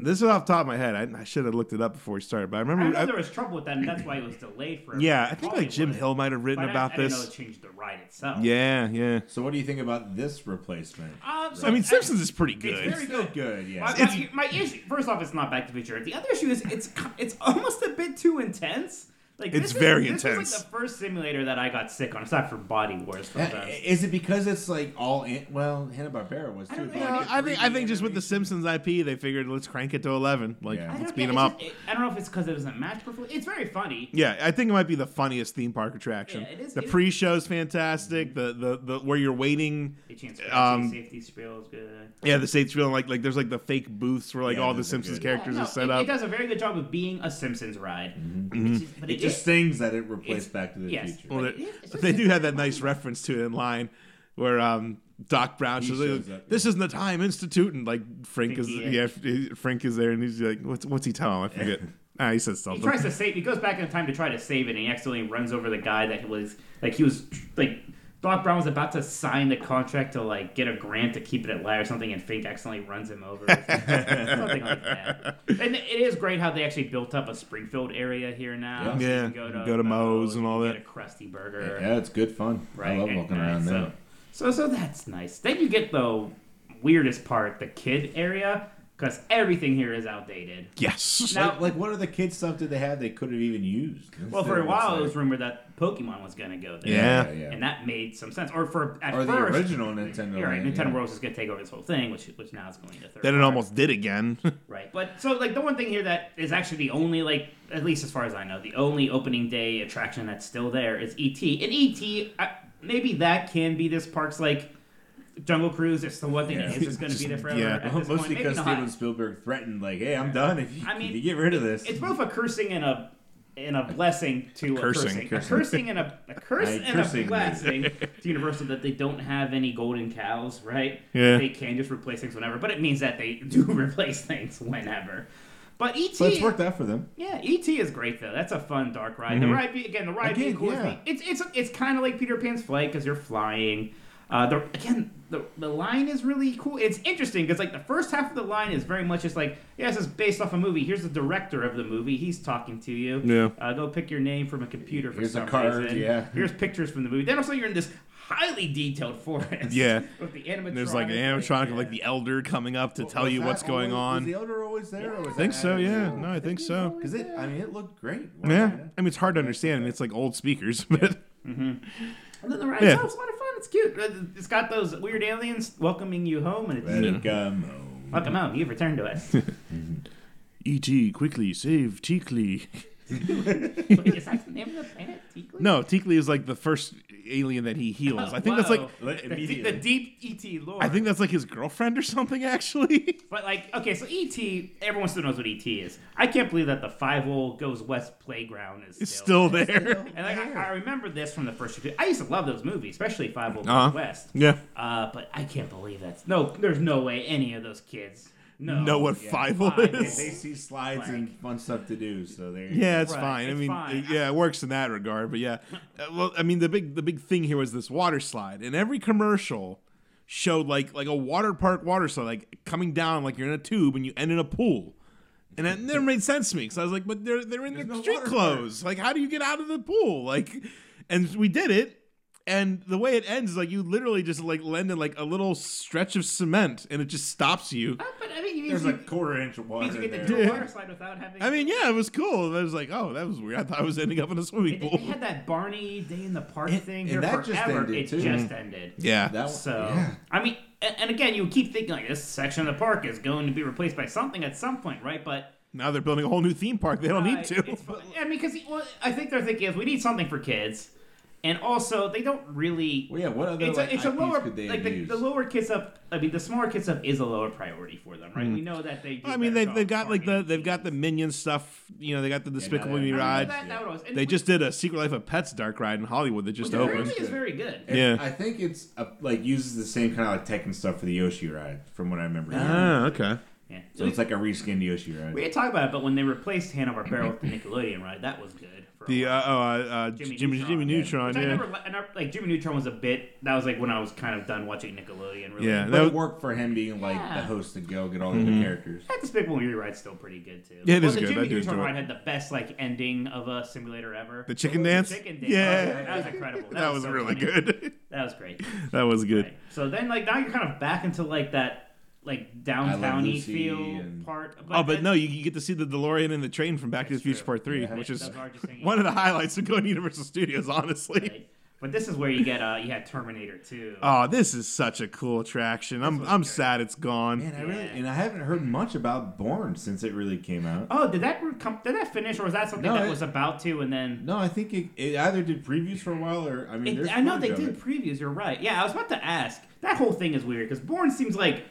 This is off the top of my head. I, I should have looked it up before we started, but I I remember. know I- there was trouble with that, and that's why it was delayed for. yeah, I think like Jim Hollywood. Hill might have But written I- about I didn't know this. it changed the ride itself. Yeah, yeah. So what do you think about this replacement? Um, so I mean, Simpsons is pretty good. very Still good, My, yeah. Eh, my- my issue. First off, it's not Back to the Future. The other issue is it's it's almost a bit too intense. Like It's this is- very this intense. Was like the first simulator that I got sick on, aside for Body Wars. Uh, Sometimes. Is it because it's like all in? Well, Hanna Barbera was too. don't but- know. Well, I think I think just with the Simpsons IP, they figured let's crank it to eleven. Like Yeah. I let's don't beat know, them it's up. just- I don't know if it's because it doesn't match perfectly. It's very funny. Yeah, I think it might be the funniest theme park attraction. Yeah, it is- the it is- pre-show's fantastic. The, the the where you're waiting. The chance Um, safety spiel is good. Yeah, the state's feeling like like there's like the fake booths where like Yeah, all the those are Simpsons good. characters Yeah, no, are set it, up. Mm-hmm. It does a very good job of being a Simpsons ride. It's just- but It just stings that it replaced It's- Back to the yes. Future. Well, Like, they, it's just- they do have that nice reference to it in line where um, Doc Brown He says, shows up, "This isn't the time institute," and like Frank is Frankie, yeah, F- Frank is there, and he's like, "What's what's he telling?" him? I forget. ah, he says He something. tries to save. He goes back in time to try to save it, and he accidentally runs over the guy that was like he was like Doc Brown was about to sign the contract to like get a grant to keep it at light or something, and Fink accidentally runs him over. or something Something like that. And it is great how they actually built up a Springfield area here Yeah. now. So you can Yeah, go to Moe's and all you can that. Get a crusty burger, Yeah, it's good fun. right? I love at walking night. around there. So, so, so that's nice. Then you get the weirdest part, the kid area, because everything here is outdated. Yes. Now- like, like, what other kid stuff did they have they could have even used? Well, for a It's while, like- it was rumored that Pokemon was going to go there. Yeah. Yeah, yeah. And that made some sense. Or for at Or the first, original Nintendo. You're right. Land, Nintendo yeah. World Worlds is going to take over this whole thing, which which now is going to third. Then it party. almost did again. right. But so like the one thing here that is actually the only like at least as far as I know the only opening day attraction that's still there is ET. And ET I, maybe that can be this park's like Jungle Cruise. It's the one thing Yeah. that is just going to be there forever. Yeah. at Well, this point. mostly Maybe because not. Steven Spielberg threatened, like, "Hey, I'm done. If you, I mean, if you get rid of this, It's both a cursing and a and a blessing to a cursing. cursing, a cursing and a, a curse I and cursing a you. blessing to Universal that they don't have any golden cows, right? Yeah. they can just replace things whenever, but it means that they do replace things whenever. But E ET, so it's worked out for them." yeah, ET is great though. That's a fun dark ride. Mm-hmm. The ride, be, again, the ride being Again, cool. is yeah. neat. It's it's it's kind of like Peter Pan's flight because you're flying. Uh, the again, the the line is really cool. It's interesting because like the first half of the line is very much just like, yeah, this is based off a movie. Here's the director of the movie. He's talking to you. Yeah. Uh, go pick your name from a computer for Here's a some card, reason. yeah. Here's pictures from the movie. Then also you're in this highly detailed forest. Yeah. With the animatronic. And there's like an animatronic of like the elder coming up to tell you Oh, what's going Oh, Is on. the elder always there? or was I think so, yeah. No, I think so. Because it, I mean, it looked great. Yeah. I mean, it's hard to understand. and It's like old speakers, but And then the ride Yeah. itself is a lot of fun. It's cute. Uh, It's got those weird aliens welcoming you home, and it's Gummo. Welcome home. You've returned to us. E.T., E quickly save Teekly. Wait, is that the name of the planet? Teekly? No, Teekly is like the first alien that he heals. I think that's like. Whoa. the, deep- the E deep ET lore. I think that's like his girlfriend or something, actually. but like, okay, so ET. Everyone still knows what ET is. I can't believe that the Five Hole Goes West playground is still, It's still there. And like, I, I remember this from the first. I used to love those movies, especially Five Hole Uh-huh. Goes West. Yeah. Uh, but I can't believe that's no. There's no way any of those kids know Know what Oh, Yeah. Five Hole Five Hole. They, is? they see slides and fun stuff to do, so they Yeah, it's Right, fine. I it's mean, fine. uh, yeah, it works in that regard. But yeah, Uh, well, I mean, the big the big thing here was this water slide, and every commercial showed like like a water park water slide, like coming down like you're in a tube and you end in a pool, and that never made sense to me because I was like, but they're they're in their no street water clothes. Like, how do you get out of the pool? Like, and we did it. And the way it ends is like you literally just like land in like a little stretch of cement, and it just stops you. But I mean, you There's you, like quarter inch of water means you get there. to do a Yeah. water slide without having. I mean, yeah, it was cool. I was like, oh, that was weird. I thought I was ending up in a swimming They, pool. they had that Barney Day in the Park And- thing and here that just forever. ended, it too. just ended. Yeah. That one, So yeah. I mean, and, and again, you keep thinking like this section of the park is going to be replaced by something at some point, right? But Now they're building a whole new theme park. They don't uh, need to. it's fine. I mean, because well, I think their thinking is we need something for kids, and also they don't really. Well, yeah. What other It's like, a, it's a IPs lower could they like have the, used? the lower kids up. I mean, the smaller kids up is a lower priority for them, right? We know that they. Do Mm. I mean, better they've, they've job got like the marketing. they've got the minion stuff. You know, they got the Despicable Me they- I mean, I mean, ride. that- that was- and They we- just did a Secret Life of Pets dark ride in Hollywood that just the opened. movie is very good. And Yeah. I think it's uh like uses the same kind of like tech and stuff for the Yoshi ride, from what I remember. Ah, okay. Yeah. So it's like a reskinned Yoshi ride. We didn't talk about it, but when they replaced Hanna Barbera with the Nickelodeon ride, that was good. For a The uh, while. oh, uh, uh, Jimmy, Jimmy, Jimmy Neutron. Which I yeah, never, li- I never- like Jimmy Neutron was a bit. That was like when I was kind of done watching Nickelodeon. Really. yeah. but That it was- worked for him being like the Yeah. host to go get all the Mm-hmm. other characters. That Despicable Me ride's still pretty good too. Yeah, it well, is the good. I Jimmy do Neutron enjoy it. ride had the best like ending of a simulator ever. the chicken The dance. chicken dance. Oh, Yeah, that was incredible. That, that was so really funny. good. That was great. that was good. Right. So then, like now, you're kind of back into like that like downtowny Lucy feel and- part. Oh, but then- no, you, you get to see the DeLorean and the train from Back to the That's true. Future Part Three, Yeah. which Those is are just hanging one of out. the highlights of going to Universal Studios. Honestly. Right. But this is where you get uh you had Terminator 2. Oh, this is such a cool attraction. I'm I'm sad it's gone. Man, I really Yeah. and I haven't heard much about Born since it really came out. Oh, did that come? Did that finish, or was that something No, that it- was about to, and then? No, I think it, it either did previews for a while or I mean, It, there's I know they footage did of it. previews. You're right. Yeah, I was about to ask. That whole thing is weird because Bourne seems like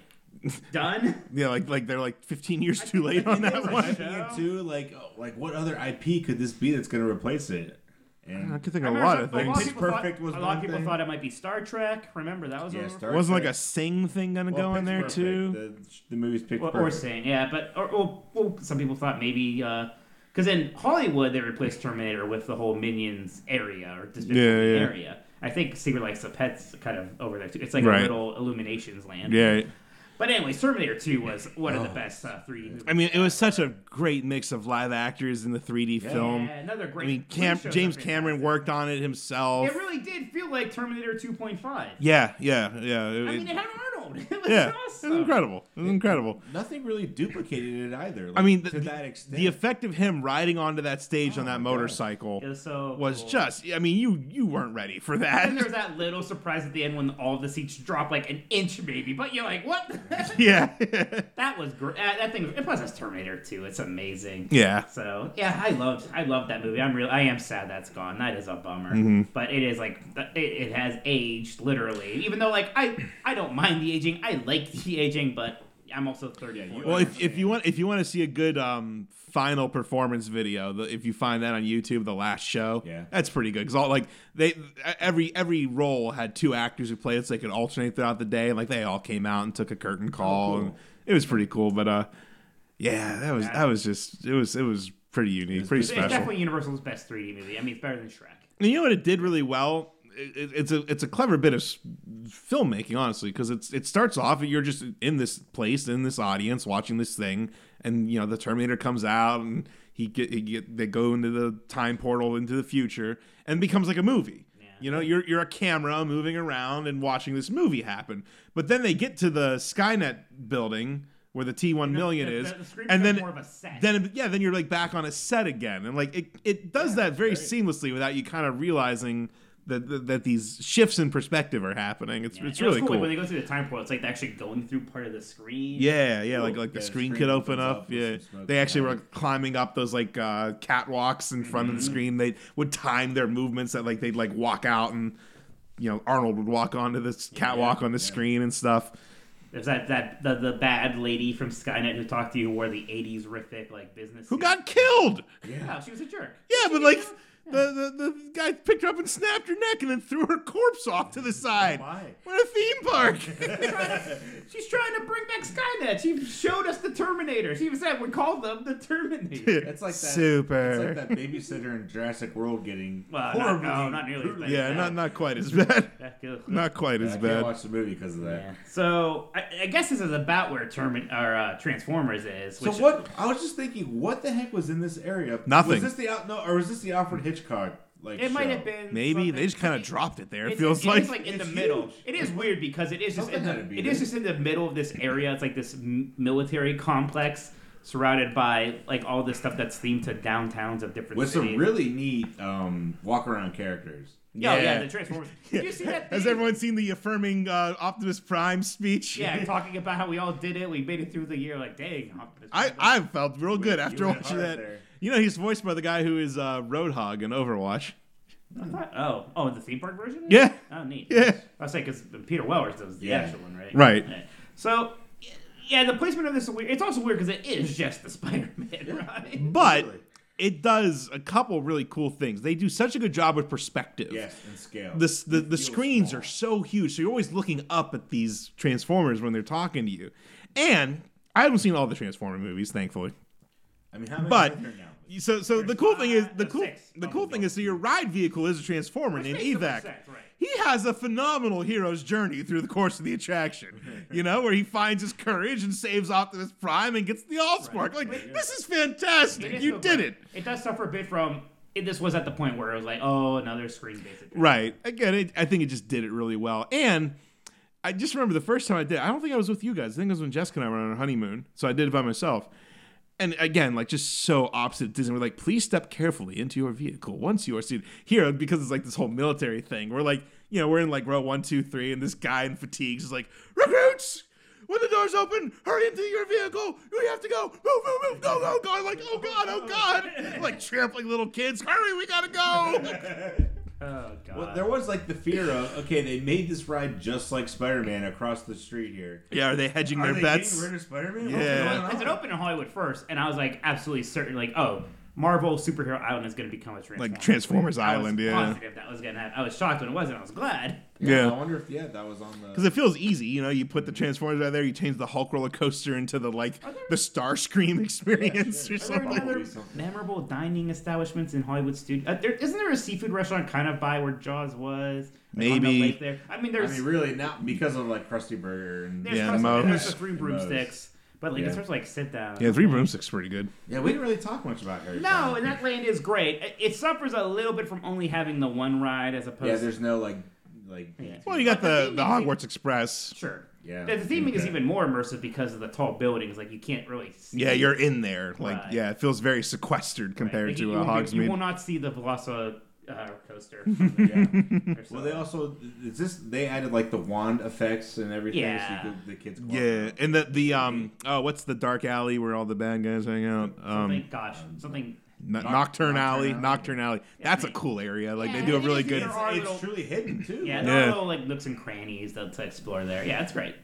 done. Yeah, like like they're like 15 years too late on And they that were one. thinking it too, like oh, like what other IP could this be that's going to replace it? And I could think I of a remember lot some- of things. lot of- people Perfect thought, was a lot one of people thing. thought it might be Star Trek. Remember that was Yeah, over? Star Wasn't like Trek. a sing thing gonna Well, go in Pitch there Perfect, too? The, the movie's picked Or, or perfect. saying yeah, but or, or, well, some people thought maybe uh, because in Hollywood they replaced Terminator with the whole Minions area or Despicable Yeah, Me yeah. area. I think Secret Life of Pets kind of over there too. It's like Right. a little Illuminations land. Yeah. Oh. But anyways, Terminator 2 was one of the best uh, 3D movies. I mean, it was such a great mix of live actors in the 3D film. Yeah, another great. I mean, three Cam- shows are James Cameron fantastic. worked on it himself. It really did feel like Terminator 2.5. yeah, yeah, yeah. It- I it- mean, it had Arnold. It was yeah, awesome. it was incredible. It was incredible. Nothing really duplicated it either. I mean, like, the, to that extent, the effect of him riding onto that stage on that my God. motorcycle It was so was cool. just. I mean, you you weren't ready for that. And there's that little surprise at the end when all the seats drop like an inch, maybe. But you're like, what? yeah, that was great. that thing. It plus it's Terminator 2. It's amazing. yeah. So yeah, I loved I loved that movie. I'm real. I am sad that's gone. That is a bummer. Mm-hmm. But it is like th- it, it has aged literally. Even though like I I don't mind the aging. I like the aging, but I'm also 34. Well, if, if you want if you want to see a good um, final performance video, the, if you find that on YouTube, the last show, Yeah. that's pretty good. Because all like they e, every every role had two actors who played, so they could alternate throughout the day. Like they all came out and took a curtain call, and it was pretty cool. But uh, yeah, that was that was just it was it was pretty unique, pretty it's special. definitely Universal's best 3D movie. I mean, it's better than Shrek. And you know what it did really well? It- it- it's a it's a clever bit of s- filmmaking, honestly, because it's it starts off and you're just in this place in this audience watching this thing, and you know the Terminator comes out and he get, he get they go into the time portal into the future and it becomes like a movie. You know, you're you're a camera moving around and watching this movie happen. But then they get to the Skynet building where the T1 million the- is, the screen and then becomes more of a set. then then yeah, then you're like back on a set again, and like it it does that very seamlessly without you kind of realizing that, that that these shifts in perspective are happening. It's Yeah, it's and it was really like, cool. When they go through the time portal, it's like they're actually going through part of the screen. yeah, yeah, like like the Yeah, screen screen could opens open up up. with Yeah, some smoke Mm-hmm. they actually were coming like, climbing up those like uh, catwalks in front Mm-hmm. of the screen. They would time their movements that like they'd like walk out and you know Arnold would walk onto this catwalk on the screen and stuff. There's that that the, the bad lady from Skynet who talked to you who wore the 80s rific like business. Who suit. got killed? Yeah, she was a jerk. Yeah, but like the, the the guy picked her up and snapped her neck and then threw her corpse off to the side. my. What a theme park! She's trying to bring back Skynet. She showed us the Terminator. She even said we called them the Terminator. It's like that, Super. It's like that babysitter in Jurassic World getting Well, not, horribly. no, not nearly as bad. yeah, as not that. not quite as bad. That goes- Not quite I as can't bad. watch the movie because of that. Yeah. So I, I guess this is about where Termin or uh, Transformers is. So Which what? I was just thinking, what the heck was in this area? Nothing. Was this the out? No, or was this the Alfred Hitchcock? Like It might show? have been. Maybe something- they just kind of dropped it there. It It's- feels it like. is, in the It's middle. huge. It is weird because it is just in Something the, had to be it is there. just in the middle of this area. It's like this m- military complex surrounded by like all this stuff that's themed to downtowns of different with cities. some really neat um, walk around characters. yeah, yeah, Yeah. the Transformers. Did you see that? Has thing? everyone seen the affirming uh, Optimus Prime speech? Yeah, talking about how we all did it. We made it through the year. Like, dang, Optimus I, Prime. I felt real good after went watching hard that. there. You know, he's voiced by the guy who is uh, Roadhog in Overwatch. I thought, oh, oh, the theme park version. Yeah. Oh, neat. Yeah. I was like, because Peter Wellers does the Yeah. actual one, right? Right. So, yeah, the placement of this is weird. It's also weird because it is just the Spider-Man, right? But Really? it does a couple really cool things. They do such a good job with perspective. Yes, and scale. the s- the, the feels screens small. are so huge, so you're always looking up at these transformers when they're talking to you. And I haven't seen all the Transformer movies, thankfully. I mean, how many But are there now? so so the cool thing is the five, cool six. Oh, the cool thing is so your ride vehicle is a transformer named makes the most Evac. sense, right. He has a phenomenal hero's journey through the course of the attraction, you know, where he finds his courage and saves Optimus Prime and gets the Allspark. Like this is fantastic. is you so did great. it. It does suffer a bit from. It, this was at the point where it was like, oh, another screen basically. Right. Again, it, I think it just did it really well. And I just remember the first time I did. I don't think I was with you guys. I think it was when Jessica and I were on our honeymoon. So I did it by myself. And again, like just so opposite Disney. We're like, please step carefully into your vehicle once you are seated. Here, because it's like this whole military thing. We're like, you know, we're in like row one, two, three, and this guy in fatigues is like, recruits. When the doors open, hurry into your vehicle. We have to go. Move, move, move. Go, go, go. I'm like, oh god, oh god. Like trampling little kids. Hurry, we gotta go. Oh god. Well, there was like the fear of okay, they made this ride just like Spider Man across the street here. Yeah, are they hedging Are their they bets? getting rid of Spider Man? Yeah. Because it opened in Hollywood first, and I was like absolutely certain, like, oh, Marvel superhero island is going to become a Transformers. Like Transformers I was Island, yeah. Positive that was going to happen. I was shocked when it wasn't. I was glad. I wonder if yeah, that was on the. Because it feels easy, you know. You put the Transformers out there, you change the Hulk roller coaster into the like the Starscream experience or Are there something. any other memorable dining establishments in Hollywood studio? Uh, there, isn't there a seafood restaurant kind of by where Jaws was? Like, on the Maybe. lake there. I mean, I there's mean, really not because of like Krusty Burger and there's, Yeah, crust- Moe's. there's the three Moe's. broomsticks, but like Yeah. it's sort of like sit down. Yeah, Three Broomsticks pretty good. yeah, we didn't really talk much about Harry. No, and that land is great. It- It suffers a little bit from only having the one ride as yeah, opposed. to there's no like like yeah. Well, you got the the But the theming Hogwarts Express. sure. Yeah. The, the theming is Okay. even more immersive because of the tall buildings. Like you can't really. See Yeah, you're in there. Like, Right. yeah, it feels very sequestered right? compared Like, to you, uh, won't be- you will Hogsmeade. not see the Veloci uh, coaster. from the- or Well, they Um, so. also is this they added like the wand effects and everything. Yeah. So you could, the kids. go Yeah, out. and the the um oh, what's the dark alley where all the bad guys hang out? Um, Something- gosh, something N- Nocturne Nocturne Alley, Alley. Nocturne Alley. That's a Yeah. cool area. Like they Yeah, do a it really is good. either It's, Our it's little- truly hidden too. Yeah, Like, there Yeah. are little like nooks and crannies that to explore there. Yeah, it's great.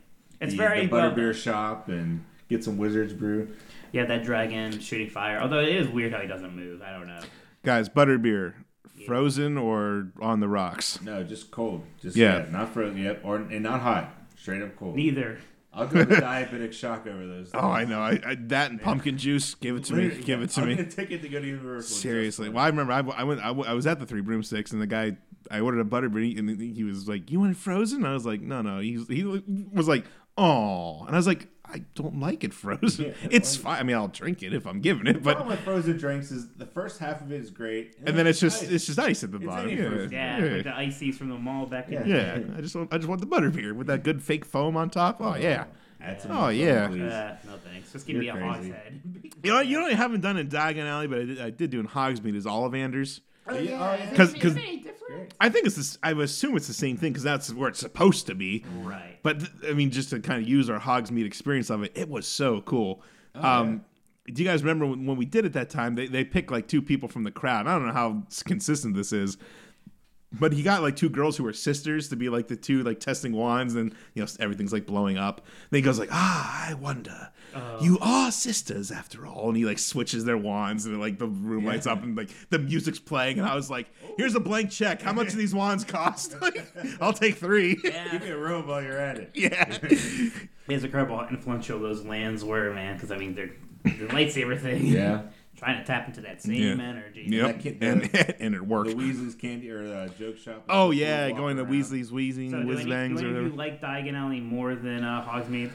It's the- very the well. butterbeer shop and get some wizards brew. Yeah, that dragon shooting fire. Although it is weird how he doesn't move. I don't know. Guys, butterbeer, frozen or on the rocks? No, just cold. Just Yeah. yeah, not frozen. Yep, or and not hot. Straight up cold. Neither. I'll go with diabetic shock over those. Oh, I know. I, I that and pumpkin juice. Give it to me. Give it to I'm me. Gonna take it to go to Universal. Seriously. Well, I remember I, I went. I, w- I was at the Three Broomsticks, and the guy I ordered a butterbeer, and he he was like, "You want it frozen?" I was like, "No, no." He was- he was like, "Oh," and I was like, "I don't like it frozen. it's fine. I mean, I'll drink it if I'm given it, But problem but." with frozen drinks is the first half of it is great, And then it's just ice. it's just ice at the bottom. any frozen Yeah, yeah. like the ices from the mall back in. Yeah, I just want I just want the butterbeer with that good fake foam on top. Oh yeah. Add some Oh, milk, yeah. please. Uh, no thanks. Just give me You're a crazy. hogshead. You know, you know what I haven't done in Diagon Alley, but I did, I did do in Hogsmeade is Ollivanders. Oh, yeah. Because because Great. I think it's this, I would assume it's the same thing because that's where it's supposed to be. Right. But th- I mean, just to kind of use our Hogsmeade experience of it, it was so cool. um, Do you guys remember when, when we did it that time? They they picked like two people from the crowd. I don't know how s- consistent this is, but he got like two girls who were sisters to be like the two like testing wands, and you know everything's like blowing up. Then he goes like, "Ah, I wonder, Uh. you are sisters after all." And he like switches their wands, and like the room lights up, and like the music's playing. And I was like, Oh. "Here's a blank check. How much do these wands cost? Like, I'll take three. Yeah. Give me a robe while you're at it. yeah. It's incredible how influential those lands were, man. Because I mean, they're the lightsaber thing. Trying to tap into that same Yeah. energy. Yep. kid- and, and it The worked. Weasley's candy or the joke shop. Oh You yeah, walk going to around. Weasley's Wheezing, So, do Whiz any, do any Bangs, of or you whatever. like Diagon Alley more than uh, Hogsmeade?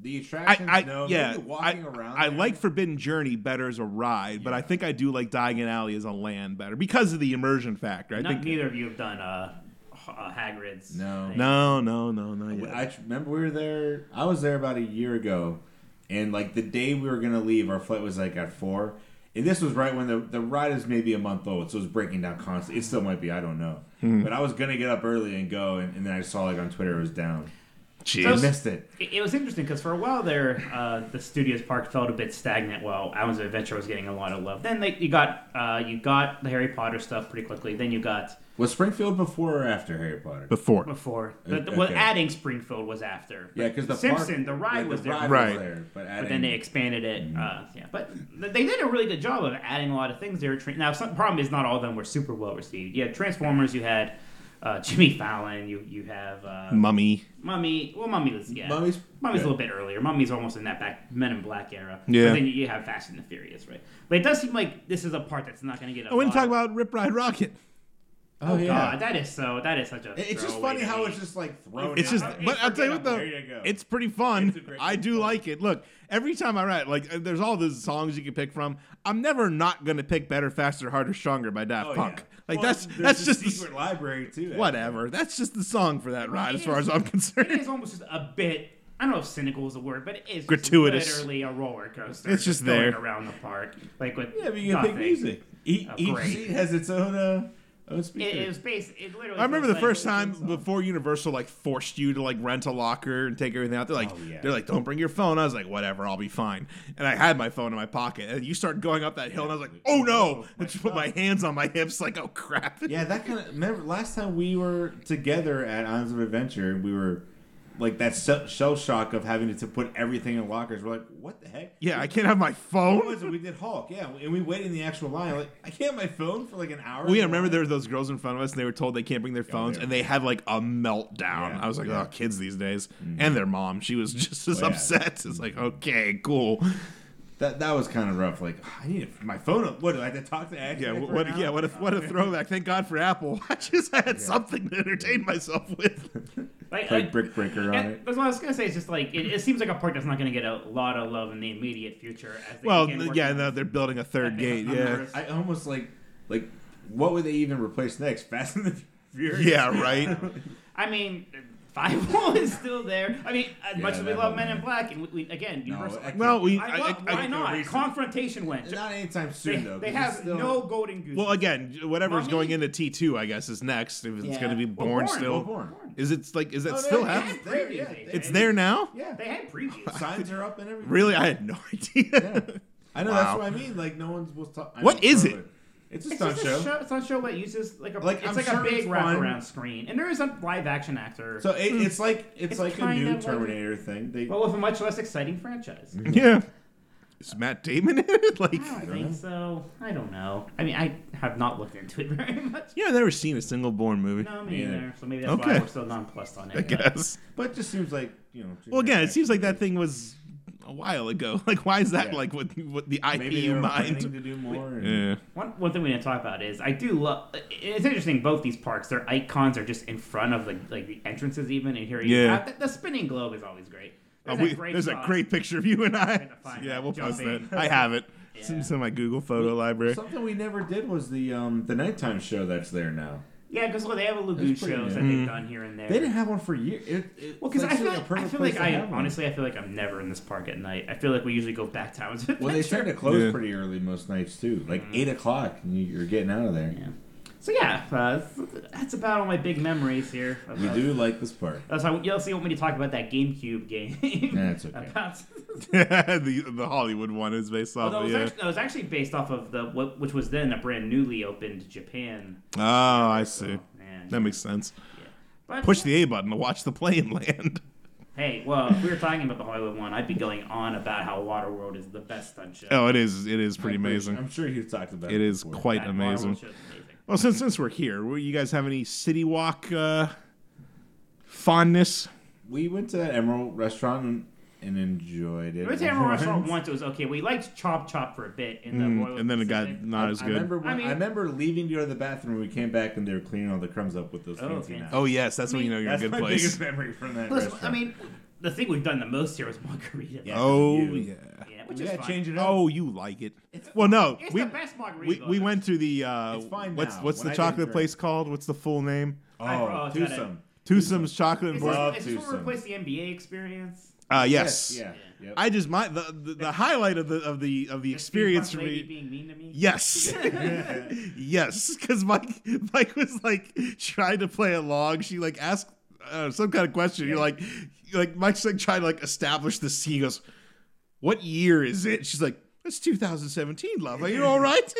The attractions. I, I no, yeah, maybe I, walking around. I there. like Forbidden Journey better as a ride, but I think I do like Diagon Alley as a land better because of the immersion factor. I Not, think neither of you have done uh, H- uh, Hagrid's. No. thing. no, no, no, no. I I remember we were there. I was there about a year ago, and like the day we were gonna leave, our flight was like at four, and this was right when the the ride is maybe a month old, so it was breaking down constantly. It still might be, I don't know. Hmm. But I was gonna get up early and go, and, and then I saw like on Twitter it was down. I Jeez. missed it. It, it was interesting because for a while there, uh, the studios park felt a bit stagnant. While Islands of Adventure was getting a lot of love, then they, you got uh, you got the Harry Potter stuff pretty quickly. Then you got Was Springfield before or after Harry Potter? Before, before the, Okay. well, adding Springfield was after. yeah, because the Simpson, park- the ride yeah, was there, ride Right. there, but, but then adding- Mm-hmm. they expanded it. Uh, yeah, but th- they did a really good job of adding a lot of things. They were tra- now some problem is not all of them were super well received. You had Transformers, you had uh, Jimmy Fallon, you you have uh, Mummy. Mummy. Well, Mummy was yeah. Mummy's- Mummy's yeah. a little bit earlier. Mummy's almost in that back Men in Black era. Yeah. But then you have Fast and the Furious, right? But it does seem like this is a part that's not going to get. I a wouldn't lot Oh, talk of- about Rip Ride Rocket. Oh, yeah. God, that is so. That is such a. It- It's just throwaway funny to how me. it's just like thrown. It's in. just, I mean, but I'll tell you what though, there you go. it's pretty fun. It's a great I do fun. like it. Look, every time I ride, like uh, there's all those songs you can pick from. I'm never not gonna pick "Better, Faster, Harder, Stronger" by Daft Oh, Punk. yeah. Like Well, that's there's that's the just the s- secret library too. whatever. That's just the song for that ride, it as far as is- I'm It concerned. is almost just a bit. I don't know if cynical is the word, but it is just Gratuitous. Literally a roller coaster. It's just going there. around the park, like with Yeah, but you can pick nothing. music. Each, Oh, each great. seat has its own uh, own speaker. It is based. It literally. I remember the feels like- first time before Universal like forced you to like rent a locker and take everything out. They're like, Oh, yeah. they're like, don't bring your phone. I was like, whatever, I'll be fine. And I had my phone in my pocket. And you start going up that hill, and I was like, oh no! I just put my hands on my hips, like, oh crap. Yeah, that kind of. Remember last time we were together at Islands of Adventure, we were like that se- shell shock of having to, to put everything in lockers. We're like, what the heck? Yeah, I can't have my What phone. was it? We did Hulk, yeah, and we waited in the actual line. Like, I can't have my phone for like an hour. We yeah, remember there were those girls in front of us, and they were told they can't bring their phones, yeah. and they had like a meltdown. Yeah, I was like, yeah. oh, kids these days, and their mom. She was just as Oh, yeah. upset. It's like, okay, cool. that that was kind of rough. Like, I need my phone. What do I have to talk to? Ash Yeah, Nick what, right what now? yeah, what a what a throwback. Thank God for Apple. I just had something to entertain myself with. Like, Play I- Brick Breaker on Yeah, it. That's what I was gonna say. It's just like it, it seems like a park that's not gonna get a lot of love in the immediate future. As they Well, begin th- working yeah, on no, they're building a third gate. Epic Yeah, numbers. I almost like like what would they even replace next? Fast and the Furious. yeah, right. I mean, Five O is still there. I mean, as Yeah, much as we that love one, Men in yeah. Black, and we, we again, Universal. I- Well, we. I I- love- I- why not? reason. Confrontation went. Not anytime They, soon though. they 'cause it's have still- no golden goose. Well, again, whatever's Mommy? going into T two, I guess, is next. If it's Yeah. going to be Well, born Bourne, still, well, Bourne. is it like is that Oh, still yeah, happening? it's there, Previews, yeah, they- they- It's there now. Yeah, They had previews. signs are up and everything. Really, I had no idea. Yeah. I know Wow. that's what I mean. Like no one's was talking. What is it? It's a It's stunt just show. a show. It's not a show that uses like a. Like, it's I'm like sure a big it's fun. wraparound screen, and there is a live action actor, So Hmm. it, it's like it's, It's like a kind of new like- Terminator thing. They but with a much less exciting franchise. Mm. Yeah. Is Matt Damon in it? Like, I don't think so. I don't know. I mean, I have not looked into it very much. yeah, I've never seen a single Bourne movie. No, me Yeah. neither. So maybe that's Okay. why we're still nonplussed on it. I but- guess. but it just seems like you know. Well, again, it seems like that thing was a while ago. Like, why is that Yeah. like what what the IP Maybe they're planning mind? to do more. and- Yeah. One, one thing we didn't talk about is I do love. It's interesting. Both these parks, their icons are just in front of the like the entrances, even and here. you- Yeah. uh, the, the spinning globe is always great. Oh, There's, we- a, great there's a shot. great picture of you and I. to find Yeah, that. we'll post Jumping. that. I have it. It's in- Yeah. it's in my Google photo library. Something we never did was the um the nighttime show that's there now. Yeah, because well, they have a lagoon That's pretty shows that good. Mm-hmm. they've done here and there. They didn't have one for years. It, it, Well, because it's I feel a like, I perfect feel place like to I have one. honestly I feel like I'm never in this park at night. I feel like we usually go back towns. Well, they start to close Yeah. pretty early most nights too, like Mm. eight o'clock, and you, you're getting out of there. Yeah. So yeah, uh, that's about all my big memories here. We do like this part. Uh, so you also want me to talk about that GameCube game? That's okay. about, the the Hollywood one is based off. although Of, it was, yeah. actually, it was actually based off of the what, which was then a brand newly opened Japan. Oh, I see. Man. That makes sense. But- Push the A button to watch the plane land. Hey, well, if we were talking about the Hollywood one, I'd be going on about how Waterworld is the best stunt show. Oh, it is. It is pretty I'm pretty sure- amazing. I'm sure you've talked about it. It is before. quite That amazing. Waterworld show's amazing. Well, since since we're here, well, you guys have any city walk uh, fondness? We went to that Emerald restaurant and, and enjoyed it. We went to Emerald Restaurant once. It was okay. We liked Chop Chop for a bit, in the Royal Mm, And then it got Pacific. I, not as I good. remember when, I I, mean- remember leaving to go to the bathroom. We came back and they were cleaning all the crumbs up with those Oh, fancy okay. knives. Oh yes, that's when you know you're in a that's good my place. biggest memory from that Plus, restaurant. I mean, the thing we've done the most here was margarita. Yeah. Oh You. yeah. Yeah, which we is gotta fine. change it up. Oh, you like it? Well, no, It's we the best margarita. we, we bar. went to the uh, It's fine what's now, what's when the I didn't chocolate drink. place called? What's the full name? I- oh, oh, it's gotta- twosome. Twosome's Chocolate and Is Bar. Love this, is this where we twosome. replace the NBA experience? Uh, yes. Yeah. Yep. I just my the, the, the highlight of the of the of the The Steve experience Bunk for lady me. being mean to me. Yes. yes. Because Mike Mike was like trying to play along. She like asked uh, some kind of question. You're like like Mike's like trying to like establish the scene. He goes, "What year is it?" She's like, "It's 2017, love. Are you all right?"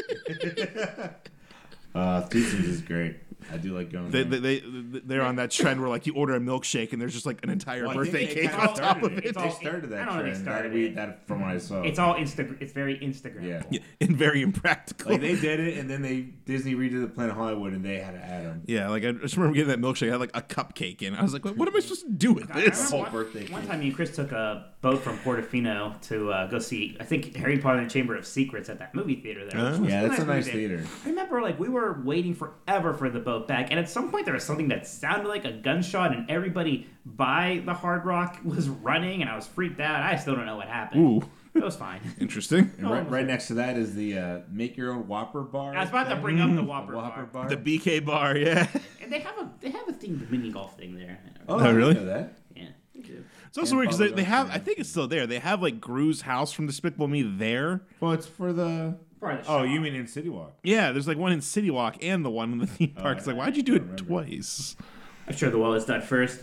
Uh, Threesomes is great. I do like going. they, there. they they they're on that trend where like you order a milkshake and there's just like an entire Well, I think birthday they cake kinda on top of started it. It's They all- started I that don't know if they trend. started that, we, it. that from what I saw. It's all Insta. It's very Instagram. Yeah. Yeah, and very impractical. Like they did it, and then they Disney redid the Planet Hollywood, and they had to add them. yeah, like I just remember getting that milkshake. I had like a cupcake in. it. I was like, what, what am I supposed to do with I remember this? whole one, birthday One cake. time, me and Chris took a boat from Portofino to uh, go see, I think, Harry Potter and the Chamber of Secrets at that movie theater there. which was Oh, Yeah, that's a movie nice theater. I remember, like, we were waiting forever for the boat back, and at some point, there was something that sounded like a gunshot, and everybody by the Hard Rock was running, and I was freaked out. I still don't know what happened. Ooh, It was fine. interesting. And right, right next to that is the uh, make your own Whopper bar. I was about to bring up the Whopper, Whopper bar. bar. The BK bar, yeah. and they have a they have a themed mini golf thing there. oh, Oh, I really? really? Know that. Yeah, they do. It's also And weird because they, bubblegum they have. I flavor. think it's still there. They have like Gru's house from Despicable Me there. Well, it's for the. Part of the Oh, shop. you mean in City Walk? Yeah, there's like one in City Walk and the one in the theme park. It's like, why'd you do it remember. twice? I'm sure the wall is done first.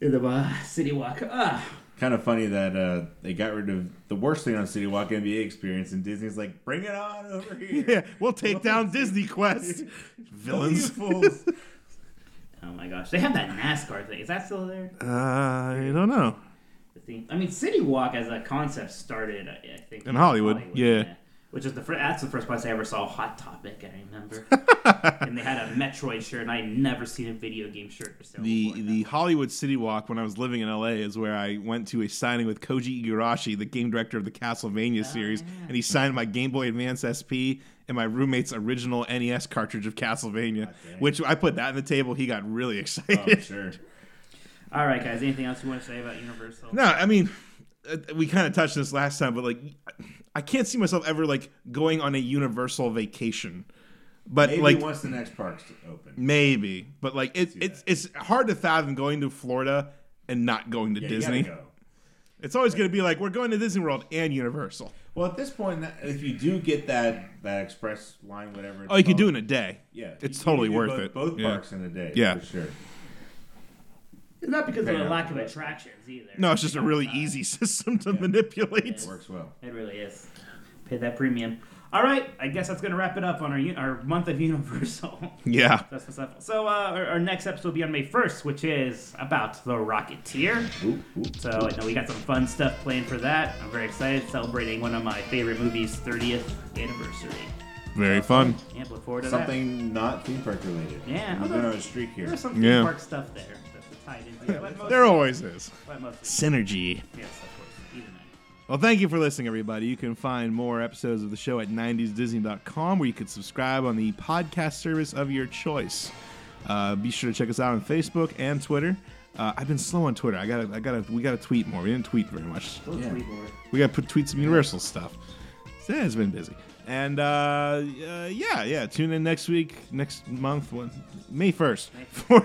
In the uh, city walk. Ah. Kind of funny that uh, they got rid of the worst thing on City Walk NBA experience, and Disney's like, bring it on over here. Yeah, we'll take down Disney Quest. Villains. Villains. fools. Oh my gosh, they have that NASCAR thing. Is that still there? Uh, I don't know. The theme. I mean, City Walk as a concept started, I I think, In Hollywood, yeah. Which is the fir- that's the first place I ever saw Hot Topic. I remember, and they had a Metroid shirt, and I had never seen a video game shirt for sale. The before. the Hollywood City Walk when I was living in LA is where I went to a signing with Koji Igarashi, the game director of the Castlevania series, Ah. and he signed my Game Boy Advance SP and my roommate's original NES cartridge of Castlevania, Ah, dang. which I put that on the table. He got really Oh, I'm excited. sure. All right, guys. Anything else you want to say about Universal? No, I mean, uh, we kind of touched this last time, but like, I can't see myself ever like going on a Universal vacation. But Maybe like, once the next park's open. maybe. But like, it, it's it's hard to fathom going to Florida and not going to Yeah, you gotta Disney. go. It's always going to be like we're going to Disney World and Universal. Well, at this point, that- if you do get that that express line, whatever. it's Oh, you could do it called, in a day. Yeah, it's you- totally you do worth both, it. Both Yeah. parks in a day. Yeah. for sure. It's not because of Yeah. a lack of attractions either. No, it's just a really Uh, easy system to manipulate. It works well. It really is. Pay that premium. All right, I guess that's gonna wrap it up on our u- our month of Universal. Yeah. That's what's up. So uh, our, our next episode will be on May 1st, which is about the Rocketeer. Ooh, ooh. So I know we got some fun stuff planned for that. I'm very excited, celebrating one of my favorite movies' 30th anniversary. Very fun. Yeah, look forward to that. Something not theme park related. Yeah, we've although- been on a streak here. There's some theme Yeah. park stuff there that's tied into it. but mostly- There always is. but mostly, Synergy. yes, of course. Even I. Well, thank you for listening, everybody. You can find more episodes of the show at 90sdisney.com, where you can subscribe on the podcast service of your choice. Uh, be sure to check us out on Facebook and Twitter. Uh, I've been slow on Twitter. I gotta, I gotta, we gotta tweet more. We didn't tweet very much. We'll Yeah. tweet more. We gotta put tweets some Universal stuff. So yeah, it's been busy. And uh, uh, yeah, yeah. Tune in next week, next month, when, May first for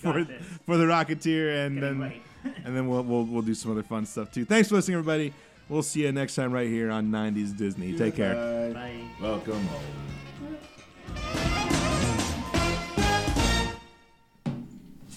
for, got this. for the Rocketeer, and Getting then late. and then we'll, we'll we'll do some other fun stuff too. Thanks for listening, everybody. We'll see you next time right here on '90s Disney. Take care. Bye. Bye. Welcome home.